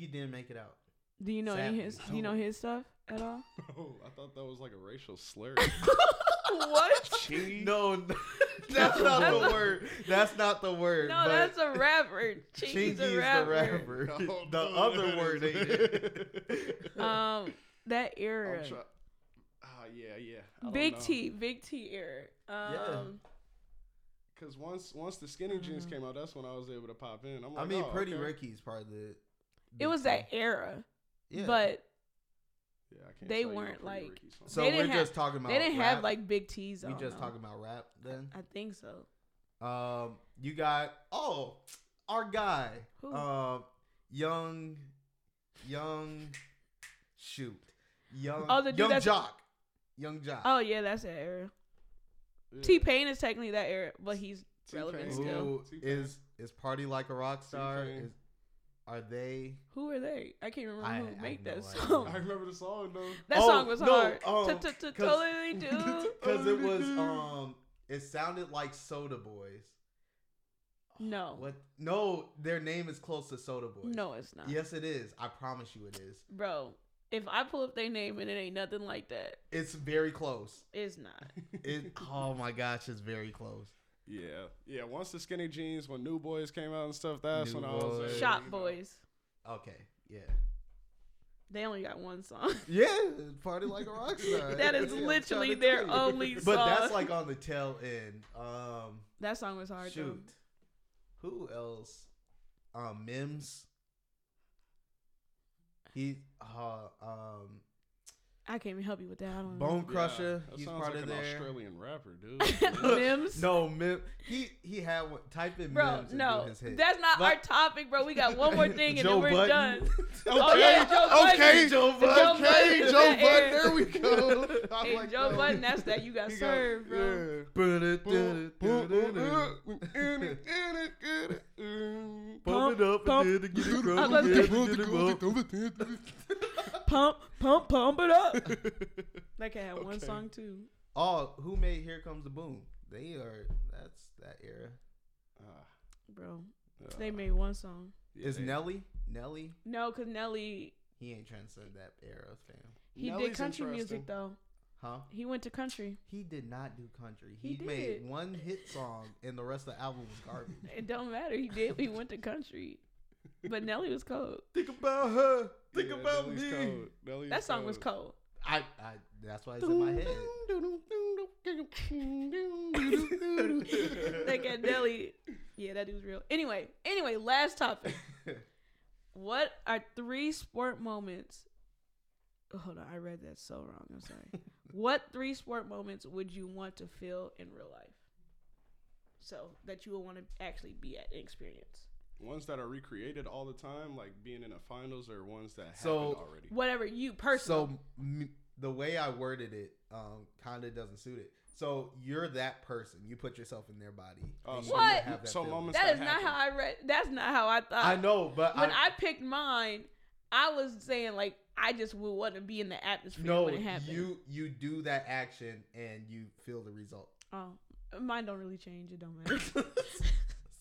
S2: Chingy didn't make it out.
S1: Do you know any
S2: Sadly,
S1: his? Do you know his stuff at all?
S3: oh, I thought that was like a racial slur.
S1: what?
S3: Chingy.
S2: No, that's not the word. That's not the word.
S1: No,
S2: but
S1: that's a rapper. Chingy's, a rapper.
S2: the rapper.
S3: No,
S2: the
S3: no,
S2: other
S3: that
S2: word ain't
S3: is-
S2: it.
S1: Um, that era.
S3: I'm try- Ah, yeah, yeah. I don't
S1: Big
S3: know.
S1: T. Big T era. Um,
S3: Cause once once the skinny jeans
S1: Uh-huh.
S3: came out, that's when I was able to pop in. I'm like,
S2: I mean,
S3: oh,
S2: Pretty
S3: okay.
S2: Ricky's part of the.
S1: it was that era,
S2: Yeah.
S1: but
S3: Yeah, I can't
S1: They
S3: tell you no
S1: weren't,
S3: Pretty
S1: like-
S3: Ricky song.
S2: so
S1: they
S2: we're
S1: didn't have-
S2: just talking about.
S1: they didn't
S2: rap.
S1: have like big T's.
S2: We
S1: on
S2: just
S1: them.
S2: talking about rap then.
S1: I think so.
S2: Um, you got oh, our guy,
S1: Who?
S2: um, young, young, shoot, young,
S1: Oh, the dude
S2: young
S1: that's-
S2: jock, young jock.
S1: Oh yeah, that's that era.
S3: Yeah.
S1: T Pain is technically that era, but he's
S3: T-Pain.
S1: relevant still.
S2: who
S3: T-Pain.
S2: is is party like a rock star?
S3: T-Pain.
S2: Is, are they?
S1: Who are they? I can't remember
S2: I-
S1: who
S2: I
S1: made
S2: have
S1: that
S2: no
S1: song.
S2: idea.
S3: I remember the song though.
S1: That
S2: Oh,
S1: song was
S2: no,
S1: hard.
S2: um,
S1: To- to- to
S2: 'cause-
S1: Totally do.
S2: Because it was um, it sounded like Soda Boys.
S1: No,
S2: What? No, their name is close to Soda Boys.
S1: no, it's not.
S2: Yes, it is. I promise you, it is.
S1: Bro, if I pull up their name and it ain't nothing like that,
S2: It's very close.
S1: it's not.
S2: It. oh my gosh, it's very close.
S3: Yeah, yeah. Once the skinny jeans, when New Boys came out and stuff, that's
S2: New
S3: when I was
S2: Boys.
S3: like,
S1: Shop
S3: you know.
S1: Boys.
S2: Okay. Yeah.
S1: They only got one song.
S2: Yeah, party like a rock star.
S1: That is
S2: Yeah, I'm
S1: literally
S2: trying to
S1: their
S2: tell you.
S1: only
S2: But
S1: song.
S2: that's like on the tail end. Um,
S1: that song was hard.
S2: shoot,
S1: Shoot.
S2: who else? Um, Mims. He, uh, um,
S1: I can't even help you with that. I don't know.
S2: Bone Crusher.
S3: Yeah, that
S2: he's
S3: sounds
S2: part
S3: like
S2: of
S3: an
S2: there.
S3: Australian rapper, dude.
S1: Mims.
S2: No, Mim. He he had one. Type in
S1: Bro,
S2: Mims. and do
S1: no,
S2: his hit.
S1: that's not our
S2: But-
S1: topic, bro. We got one more thing and then we're done. Oh,
S2: okay,
S1: yeah, Joe Budden.
S2: okay, Joe
S1: The Joe
S2: Budden.
S1: Budden
S2: Okay,
S1: is
S2: Joe
S1: that
S2: Budden.
S1: era.
S2: There we go.
S3: I
S1: Hey,
S3: like
S1: Joe
S3: that.
S1: Budden, that's that you got
S3: He
S1: served, bro.
S3: yeah. Pump, pump, pump
S2: Pump
S1: Pump,
S2: it up
S1: pump.
S2: and then get it
S1: I
S2: crunk
S1: love
S2: again
S1: that.
S2: and get it up.
S1: Pump, pump, pump it up. That can have one song too.
S2: Oh, who made Here Comes the Boom? They are that's that era.
S3: Ah,
S1: Bro,
S3: ah,
S1: they made one song.
S3: yeah,
S2: Is
S3: they-
S2: Nelly? Nelly?
S1: No, because Nelly,
S2: He ain't transcend that era, fam.
S1: he did
S3: Nelly's
S1: country music
S3: interesting.
S1: though.
S2: Huh?
S1: He went to country.
S2: He did not do country.
S1: He
S2: He, made
S1: did.
S2: one hit song and the rest of the album was garbage.
S1: It don't matter. He did. He went to country. But Nelly was cold.
S2: Think about her. Think
S3: Yeah,
S2: about
S3: Nelly's
S2: me.
S3: cold. Nelly's
S1: That song was
S3: cold.
S1: cold.
S2: I, I. That's why it's in my head.
S1: They got Nelly. Yeah, that dude's real. Anyway, anyway, last topic. What are three sport moments? oh, Hold on, I read that so wrong. I'm sorry. what three sport moments would you want to feel in real life? So that you would want to actually be at and experience.
S3: Ones that are recreated all the time, like being in the finals, or ones that
S2: So-
S3: happened already.
S1: Whatever you personally.
S2: so m- the way I worded it, um, kind of doesn't suit it. So you're that person. You put yourself in their body.
S3: Oh,
S2: and
S3: so
S2: you
S1: What?
S2: have that
S3: so
S2: feeling.
S3: moments
S1: that
S3: that
S1: is not how
S3: happen.
S1: I read. That's not how I thought.
S2: I know, but
S1: When
S2: I,
S1: I picked mine, I was saying like I just would want to be in the atmosphere
S2: no,
S1: when it happened.
S2: you you do that action and you feel the result.
S1: Oh, mine don't really change. It don't matter.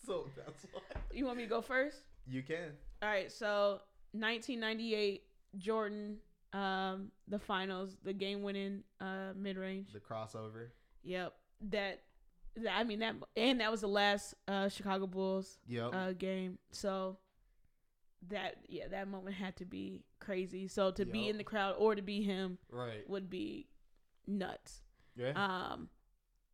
S2: so that's why
S1: you want me to go first?
S2: you can.
S1: All right. So 1998, Jordan, um, the finals, the game-winning uh, mid-range.
S2: The crossover.
S1: Yep. That, that. I mean that, and that was the last uh, Chicago Bulls
S2: Yep.
S1: uh, game. So that yeah, that moment had to be crazy. So to be
S2: Yup.
S1: in the crowd or to be him
S2: right.
S1: would be nuts.
S2: Yeah.
S1: Um,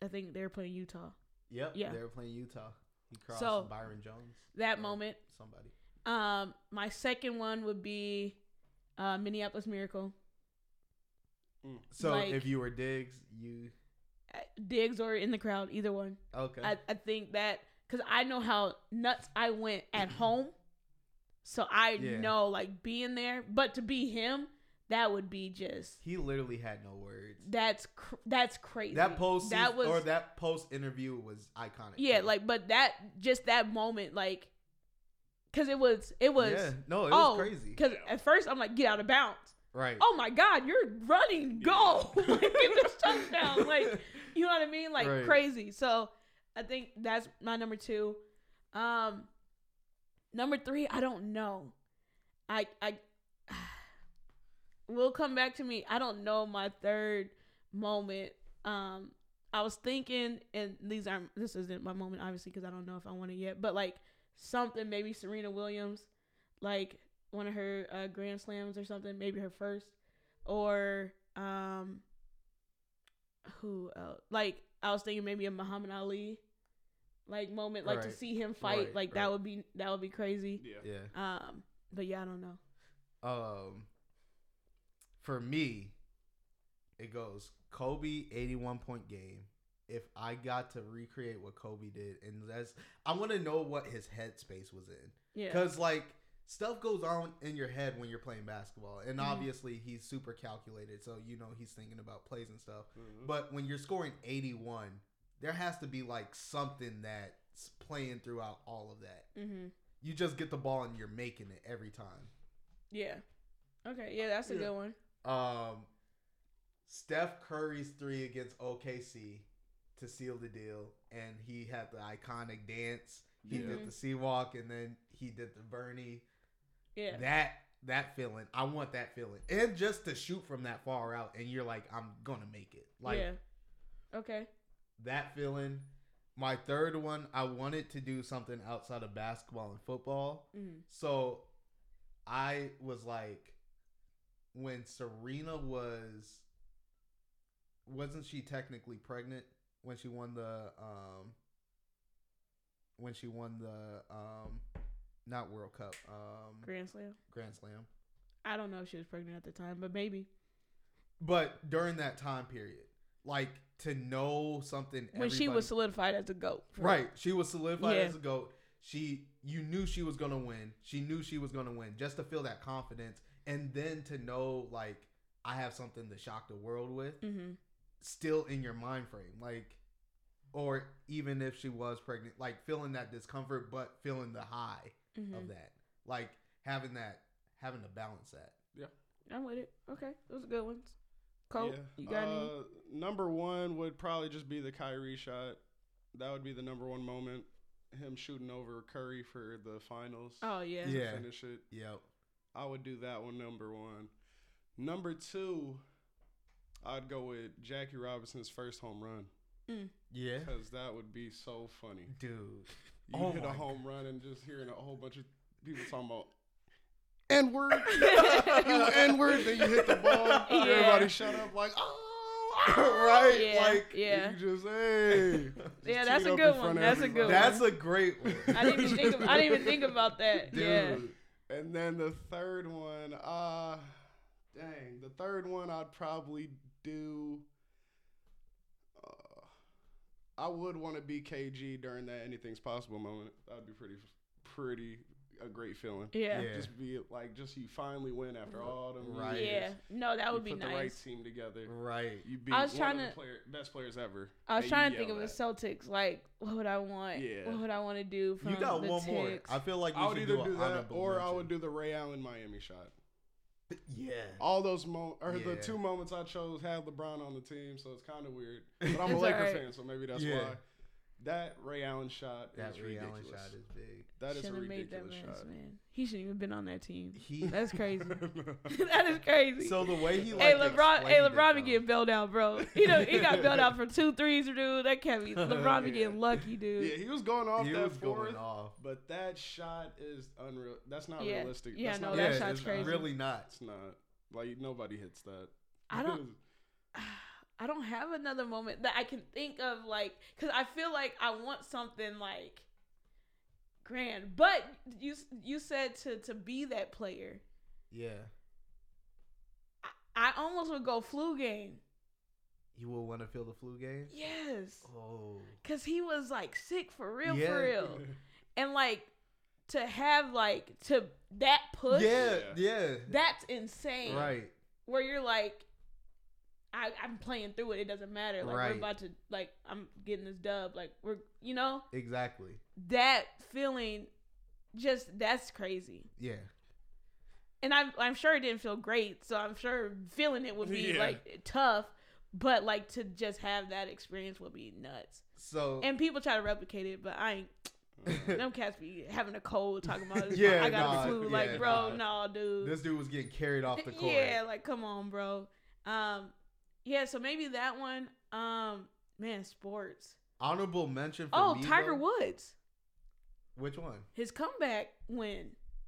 S1: I think they were playing Utah.
S2: yep.
S1: yeah.
S2: They were playing Utah. He crossed
S1: So-
S2: Byron Jones.
S1: That
S2: or
S1: moment
S2: Somebody.
S1: Um, my second one would be uh, Minneapolis Miracle.
S2: So
S1: Like-
S2: if you were Diggs, you
S1: Uh, Diggs or in the crowd, either one.
S2: okay.
S1: I, I think that because I know how nuts I went at home, so I
S2: Yeah.
S1: know like being there. But to be him, that would be just
S2: he literally had no words.
S1: that's cr- that's crazy.
S2: That post
S1: that was
S2: or that post interview was iconic.
S1: yeah,
S2: too.
S1: like but that just that moment like because it was it was
S2: yeah. no, it
S1: oh
S2: was crazy.
S1: because at first I'm like get out of bounds.
S2: Right.
S1: oh my god, you're running, go, like, give this touchdown, like you know what I mean, like
S2: Right.
S1: crazy. So I think that's my number two. Um, number three, I don't know. I I will come back to me. I don't know my third moment. Um, I was thinking, and these aren't this isn't my moment obviously because I don't know if I want it yet, but like something maybe Serena Williams, like one of her uh, grand slams or something, maybe her first, or um, who else? Like I was thinking maybe a Muhammad Ali, like moment, like to
S2: Right.
S1: see him fight,
S2: Right,
S1: like
S2: right.
S1: that would be that would be crazy.
S3: Yeah.
S2: yeah.
S1: Um, but yeah, I don't know.
S2: Um, for me, it goes Kobe eighty-one point game. If I got to recreate what Kobe did, and that's I want to know what his headspace was in.
S1: Yeah,
S2: Because, like, stuff goes on in your head when you're playing basketball. And obviously, he's super calculated. So, you know, he's thinking about plays and stuff.
S3: Mm-hmm.
S2: But when you're scoring 81, there has to be, like, something that's playing throughout all of that.
S1: hmm
S2: You just get the ball and you're making it every time.
S1: yeah. Okay, yeah, that's a
S3: Yeah.
S1: good one.
S2: Um, Steph Curry's three against OKC to seal the deal. And he had the iconic dance. He
S3: Yeah.
S2: did the sea walk, and then he did the Bernie.
S1: Mm-hmm. Yeah,
S2: that that feeling i want that feeling and just to shoot from that far out and you're like i'm gonna make it like
S1: yeah. Okay.
S2: that feeling my third one i wanted to do something outside of basketball and football
S1: Mhm.
S2: so i was like when serena was wasn't she technically pregnant when she won the um when she won the um not world cup um
S1: Grand Slam.
S2: grand slam
S1: I don't know if she was pregnant at the time, but maybe
S2: But during that time period, like to know something
S1: when she
S2: everybody-
S1: was solidified as a goat. for real.
S2: right, she was solidified
S1: Yeah.
S2: as a goat. She, you knew she was gonna win. She knew she was gonna win. Just to feel that confidence, and then to know like I have something to shock the world with,
S1: Mhm.
S2: still in your mind frame, like, or even if she was pregnant, like feeling that discomfort, but feeling the high of
S1: Mhm.
S2: that, like having that, having to balance that.
S1: I'm with it. Okay, those are good ones. Cole,
S3: Yeah.
S1: you got
S3: uh,
S1: any?
S3: Number one would probably just be the Kyrie shot. That would be the number one moment. Him shooting over Curry for the finals.
S1: Oh yeah.
S3: to
S2: Yeah.
S3: Finish it.
S2: Yep.
S3: I would do that one number one. Number two, I'd go with Jackie Robinson's first home run
S2: Yeah.
S3: because that would be so funny.
S2: Dude.
S3: You
S2: Oh
S3: hit a
S2: my
S3: home run and just hearing a whole bunch of People talking about N word. you N word, then you hit the ball. and Everybody shut up like, oh, right?
S1: Yeah,
S3: like,
S1: yeah.
S3: you just, hey.
S1: Yeah,
S3: just
S1: that's
S3: teed
S1: a
S3: up
S1: good
S3: in
S1: one.
S3: front of
S1: That's a good
S3: everybody.
S2: That's a great one.
S1: I didn't even think. Of, I didn't even think about that. Yeah.
S3: Dude. And then the third one, uh dang, the third one I'd probably do uh, I would want to be KG during that anything's possible moment. That'd be pretty pretty a great feeling.
S1: Yeah.
S2: Yeah.
S3: Just be like just you finally win after all them
S1: Yeah.
S2: Right.
S3: years.
S1: No, that
S3: You
S1: would be
S3: put the right
S1: nice.
S3: team together.
S2: right.
S3: You beat
S1: I was
S3: one
S1: trying
S3: of the
S1: to-
S3: player, best players ever.
S1: I was
S3: that you
S1: trying to think
S3: yell
S1: of a
S3: at.
S1: Celtics. Like, what would I want?
S3: Yeah.
S1: What would I want to do? From
S2: You got
S1: the
S2: one more.
S1: Tics?
S2: I feel like we
S3: I would
S2: should
S3: either
S2: do,
S3: do
S2: an
S3: that
S2: honorable
S3: or I
S2: mention.
S3: would do the Ray Allen Miami shot.
S2: Yeah.
S3: all those mo or the
S2: Yeah.
S3: two moments I chose had LeBron on the team, so it's kind of weird. But I'm a
S1: It's
S3: Laker
S1: alright.
S3: fan, so maybe that's
S2: Yeah.
S3: why. That Ray Allen shot
S2: That
S3: is
S2: Ray Allen
S3: ridiculous.
S2: shot is big.
S3: that is a
S1: Shoulda made that
S3: ridiculous
S1: miss,
S3: shot.
S1: man. He shouldn't even been on that team.
S2: He-
S1: That's crazy. that is crazy.
S2: So the way he like
S1: hey LeBron, hey
S2: explained it,
S1: LeBron be
S2: though.
S1: getting bailed out, bro. He know he got bailed out for two threes, dude. That can't be. LeBron be
S3: Yeah.
S1: getting lucky, dude.
S3: Yeah, he was going off
S2: He
S3: that
S2: was
S3: fourth,
S2: going off.
S3: but that shot is unreal. That's not
S1: Yeah.
S3: realistic.
S1: Yeah,
S3: that's
S1: no,
S3: not
S1: Oh, that
S2: yeah,
S3: realistic.
S1: shot's
S2: it's
S1: crazy.
S2: really not.
S3: It's not like nobody hits that.
S1: I don't- I don't have another moment that I can think of, like, because I feel like I want something like grand. But you you said to to be that player.
S2: Yeah.
S1: I almost would go flu game.
S2: You will want to feel the flu game.
S1: Yes,
S2: Oh.
S1: because he was like sick for real,
S2: Yeah.
S1: for real, and like to have like to that push.
S2: Yeah.
S3: Yeah.
S2: Yeah.
S1: that's insane.
S2: Right.
S1: where you're like, I, I'm playing through it. It doesn't matter. Like
S2: Right.
S1: we're about to like I'm getting this dub. Like we're you know
S2: Exactly.
S1: that feeling, just that's crazy.
S2: Yeah.
S1: And I'm I'm sure it didn't feel great. So I'm sure feeling it would be
S3: Yeah.
S1: like tough. But like to just have that experience would be nuts.
S2: So
S1: And people try to replicate it, but I ain't. Them cats be having a cold talking about it.
S2: Yeah,
S1: I got
S2: nah,
S1: the flu.
S2: yeah,
S1: like, bro,
S2: nah.
S1: no, dude.
S2: this dude was getting carried off the court.
S1: Yeah, like come on, bro. Um, yeah, so maybe that one. Um, man, sports.
S2: Honorable mention for
S1: oh,
S2: me,
S1: Tiger
S2: though-
S1: Woods,
S2: Which one?
S1: his comeback win.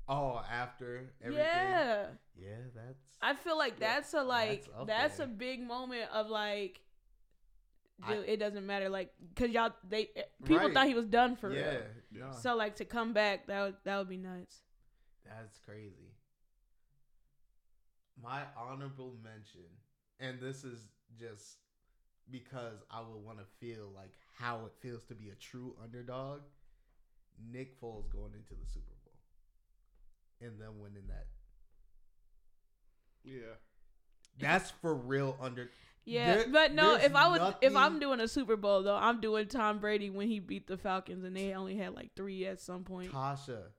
S2: Oh, after everything.
S1: Yeah,
S2: Yeah, that's.
S1: I feel like that's a like
S2: that's up
S1: that's,
S2: there.
S1: a big moment of like.
S2: I-
S1: Dude, it doesn't matter, like, cause y'all they eh, people
S2: Right.
S1: thought he was done for
S2: yeah.
S1: real.
S2: no,
S1: So like to come back, that would that would be nuts.
S2: That's crazy. My honorable mention, and this is just because I would want to feel like how it feels to be a true underdog. Nick Foles going into the Super Bowl and then winning that.
S3: yeah,
S2: That's for real under.
S1: Yeah,
S2: There-
S1: but no,
S2: there's
S1: if I was if I'm
S2: nothing-
S1: doing a Super Bowl though, I'm doing Tom Brady when he beat the Falcons and they only had like three at some point
S2: Tasha,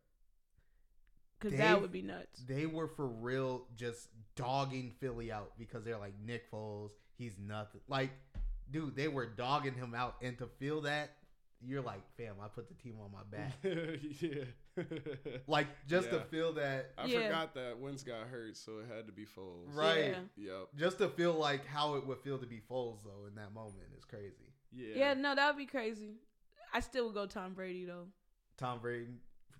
S1: because
S2: Dave-
S1: that would be nuts.
S2: they were for real just dogging Philly out because they're like Nick Foles, he's nothing. Like, dude, they were dogging him out, and to feel that, you're like, fam, I put the team on my back.
S3: yeah.
S2: like, just to
S3: Yeah.
S2: feel that,
S3: I
S1: Yeah.
S3: forgot that Wentz got hurt, so it had to be Foles.
S2: right?
S1: Yeah.
S3: Yep.
S2: Just to feel like how it would feel to be Foles though in that moment is crazy.
S3: Yeah.
S1: Yeah, no, that would be crazy. I still would go Tom Brady though
S2: Tom Brady,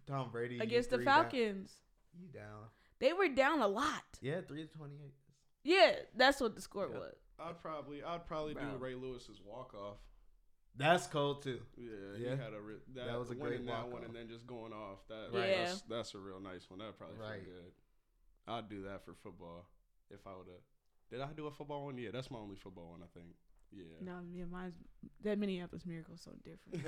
S2: Tom Brady you
S1: against the
S2: three down-
S1: Falcons.
S2: you down?
S1: They were down a lot.
S2: Yeah, three to twenty-eight.
S1: Yeah, that's what the score
S2: Yeah.
S1: was.
S3: I'd probably I'd probably
S1: Bro.
S3: do Ray Lewis's walk off.
S2: That's cold too.
S3: Yeah,
S2: Yeah.
S3: he had a re- that,
S2: That was a
S3: winning
S2: great
S3: that
S2: walk-off.
S3: one and then just going off. That
S1: Right. Yeah.
S3: that's, that's a real nice one. That probably
S2: Right.
S3: feel good. I'd do that for football if I would have. Did I do a football one? Yeah, that's my only football one. I think. Yeah.
S1: No, yeah, mine's that Minneapolis miracle so different.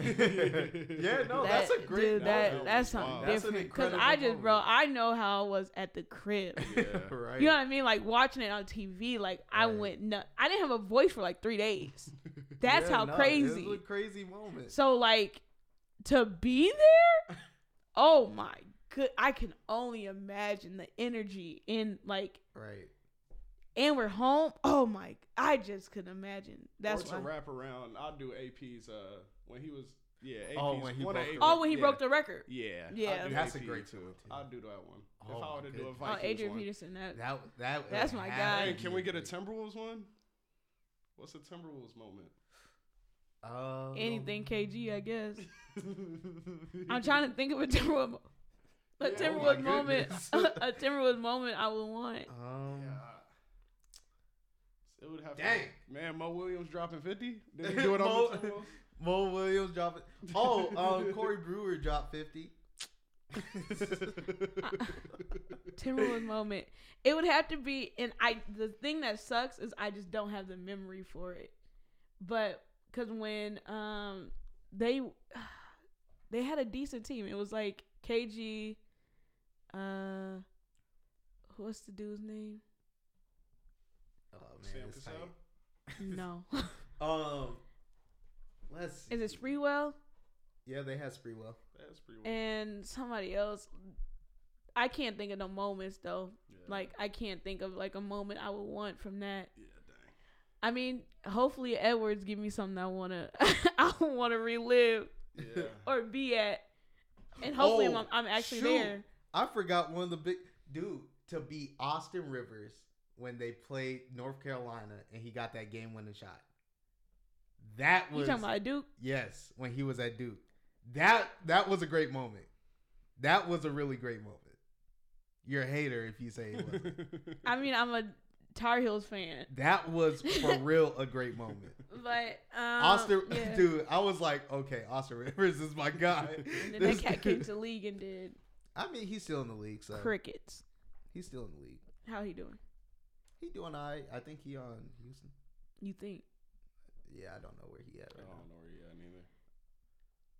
S2: yeah, no,
S1: That-
S2: that's a great.
S1: dude, that
S3: moment.
S1: that's something
S3: Wow.
S2: That's an
S1: different. Because
S2: incredible
S1: I just, bro,
S2: moment.
S1: I know how I was at the crib.
S3: Yeah.
S2: right.
S1: You know what I mean? Like watching it on TV, like I
S2: Right.
S1: went nuts. I didn't have a voice for like three days. That's
S2: Yeah,
S1: how
S2: no, It
S1: crazy.
S2: was a crazy moment.
S1: So like to be there, oh my good! I can only imagine the energy in like,
S2: right.
S1: and we're home. Oh my! I just couldn't imagine. That's
S3: or to
S1: why.
S3: wrap around. I'd do AP's uh when he was yeah. AP's,
S2: Oh, when he
S3: one
S2: broke
S3: of
S2: the
S3: AP's
S1: Oh, when he
S3: yeah.
S1: broke the record.
S3: Yeah. I'd
S1: Yeah.
S3: do
S2: That's a
S3: AP
S2: great
S3: too.
S2: one, too.
S3: I'd do that one.
S2: Oh,
S3: if I
S2: my
S3: were to do a
S2: goodness.
S1: Oh,
S3: Vikings
S1: Adrian
S3: one.
S1: Peterson. That,
S2: That that
S1: That's my
S2: had
S1: guy.
S3: Hey,
S2: to
S3: can
S2: be
S3: we get a
S2: great.
S3: Timberwolves one? What's a Timberwolves moment?
S2: Um,
S1: anything KG, I guess. I'm trying to think of a different. A
S3: Yeah, oh my
S1: Timberwood moment.
S2: goodness.
S1: a Timberwood moment I would want.
S2: Um,
S3: It would have
S2: Dang.
S3: To, man, Mo Williams dropping 50? Did he do it on the
S2: Mo-
S3: Timberwolves?
S2: Mo Williams dropping. Oh, um, Corey Brewer dropped fifty.
S1: Timberwood moment. It would have to be, and I. The thing that sucks is I just don't have the memory for it. But because when um they they had a decent team, it was like KG. Uh, what's the dude's name?
S2: Oh
S3: Sam
S2: man, it's
S3: Cassell?
S2: tight.
S1: No,
S2: Um, let's. See.
S1: is it Spreewell
S2: Yeah, they had Spreewell.
S3: That's pretty well.
S1: and somebody else? I can't think of no moments though. Like I can't think of like a moment I would want from that.
S3: Yeah, dang.
S1: I mean, hopefully Edwards give me something I wanna I wanna relive
S3: Yeah.
S1: or be at, and hopefully
S2: Oh,
S1: I'm, I'm actually
S2: shoot.
S1: there.
S2: I forgot one of the big dude to beat Austin Rivers when they played North Carolina and he got that game winning shot. That
S1: You
S2: was
S1: talking about Duke?
S2: yes when he was at Duke. That that was a great moment. That was a really great moment. You're a hater if you say it wasn't.
S1: I mean, I'm a Tar Heels fan,
S2: that was for real a great moment.
S1: but um,
S2: Austin,
S1: yeah.
S2: dude, I was like, okay, Austin Rivers is my guy.
S1: And then
S2: This
S1: that cat
S2: dude-
S1: came to the league and did
S2: I mean, he's still in the league, so
S1: crickets.
S2: he's still in the league.
S1: How he doing?
S2: He doing all right. I think he on Houston.
S1: You think?
S2: Yeah, I don't know where he at right
S3: I don't
S1: Um,
S2: now.
S3: know where he at neither.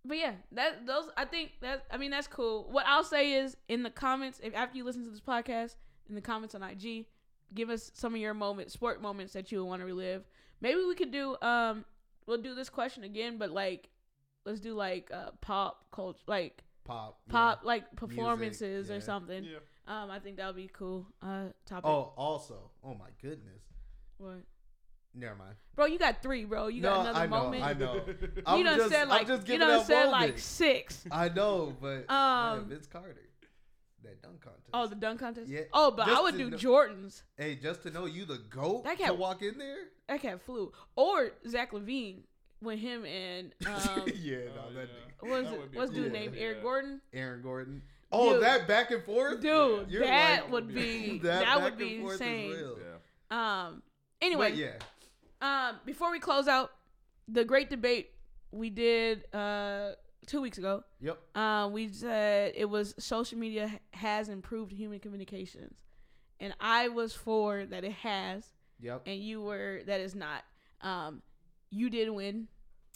S1: But yeah, that those I think that I mean that's cool. What I'll say is in the comments, if after you listen to this podcast, in the comments on IG, give us some of your moments, sport moments that you would want to relive. Maybe we could do um we'll do this question again, but like let's do like uh pop culture like
S2: Pop. yeah.
S1: pop like performances
S2: yeah.
S1: or something.
S3: Yeah.
S1: Um I think that would be cool uh topic.
S2: Oh, also. Oh my goodness.
S1: What?
S2: Never mind.
S1: Bro, you got 3, bro. You got
S2: no,
S1: another
S2: I know.
S1: moment.
S2: I know.
S1: You
S2: I'm
S1: done
S2: just,
S1: said like
S2: I'm just
S1: you
S2: giving
S1: done
S2: up
S1: said like
S2: moments.
S1: 6.
S2: I know, but
S1: Um,
S2: man, Vince Carter, that dunk contest.
S1: Oh, the dunk contest.
S2: Yeah,
S1: Oh, but I
S2: just
S1: would
S2: to
S1: do
S2: know-
S1: Jordans.
S2: hey, just to know you the goat
S1: That
S2: to
S1: cat-
S2: walk in there.
S1: That cat flew. Or Zach Levine when him and um,
S2: yeah, no,
S3: Oh,
S2: that
S3: yeah.
S1: what was
S3: That
S1: it-
S3: would be
S1: what's dude
S2: cool.
S1: named
S3: Yeah.
S1: Eric Gordon?
S2: Aaron Gordon. Oh,
S1: Dude.
S2: that back and forth,
S1: Dude,
S2: You're
S1: that
S2: like-
S1: would be that,
S2: back
S1: would
S2: and
S1: be
S2: forth is
S1: insane.
S2: real.
S1: Um.
S2: But
S1: Anyway,
S2: yeah,
S1: um, before we close out the great debate we did uh two weeks ago,
S2: yep.
S1: um, we said it was social media h- has improved human communications, and I was for that it has.
S2: Yep.
S1: and you were that is not um you did win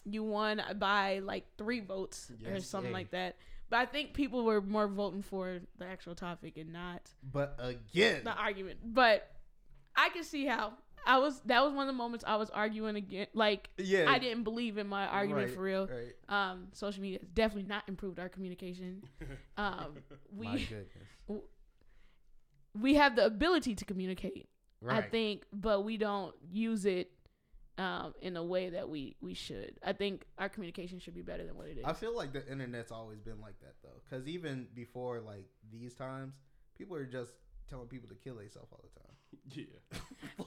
S1: you won by like three votes or
S2: Yes,
S1: something
S2: yay.
S1: like that but i think people were more voting for the actual topic and not
S2: But again,
S1: the argument but i can see how i was that was one of the moments i was arguing again like
S2: yeah,
S1: i didn't believe in my argument
S2: right,
S1: for real
S2: Right.
S1: um social media has definitely not improved our communication um we
S2: My goodness.
S1: we have the ability to communicate
S2: Right.
S1: I think, but we don't use it um, in a way that we we should. I think our communication should be better than what it is.
S2: I feel like the internet's always been like that though, because even before like these times, people are just telling people to kill themselves all the time.
S3: Yeah.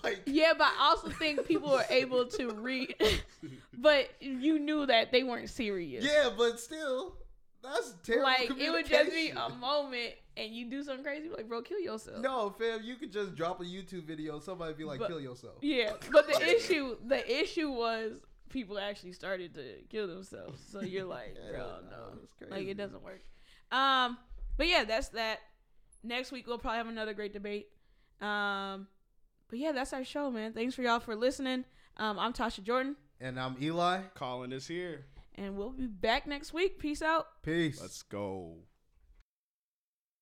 S2: like,
S1: yeah, but I also think people are able to read, but you knew that they weren't serious.
S2: yeah, but still, that's terrible.
S1: like it would just be oh a
S2: communication.
S1: moment, and you do something crazy, like bro, kill yourself.
S2: no, fam. You could just drop a YouTube video. Somebody be like,
S1: But-
S2: kill yourself.
S1: Yeah, but the issue the issue was people actually started to kill themselves. So you're like,
S2: Yeah,
S1: bro,
S2: no,
S1: no,
S2: that's
S1: like
S2: crazy.
S1: it doesn't work. Um, but yeah, that's that. Next week we'll probably have another great debate. Um, but yeah, that's our show, man. Thanks for y'all for listening. Um, I'm Tasha Jordan,
S2: And I'm Eli.
S3: Colin is here.
S1: and we'll be back next week. Peace out.
S2: Peace.
S3: Let's go.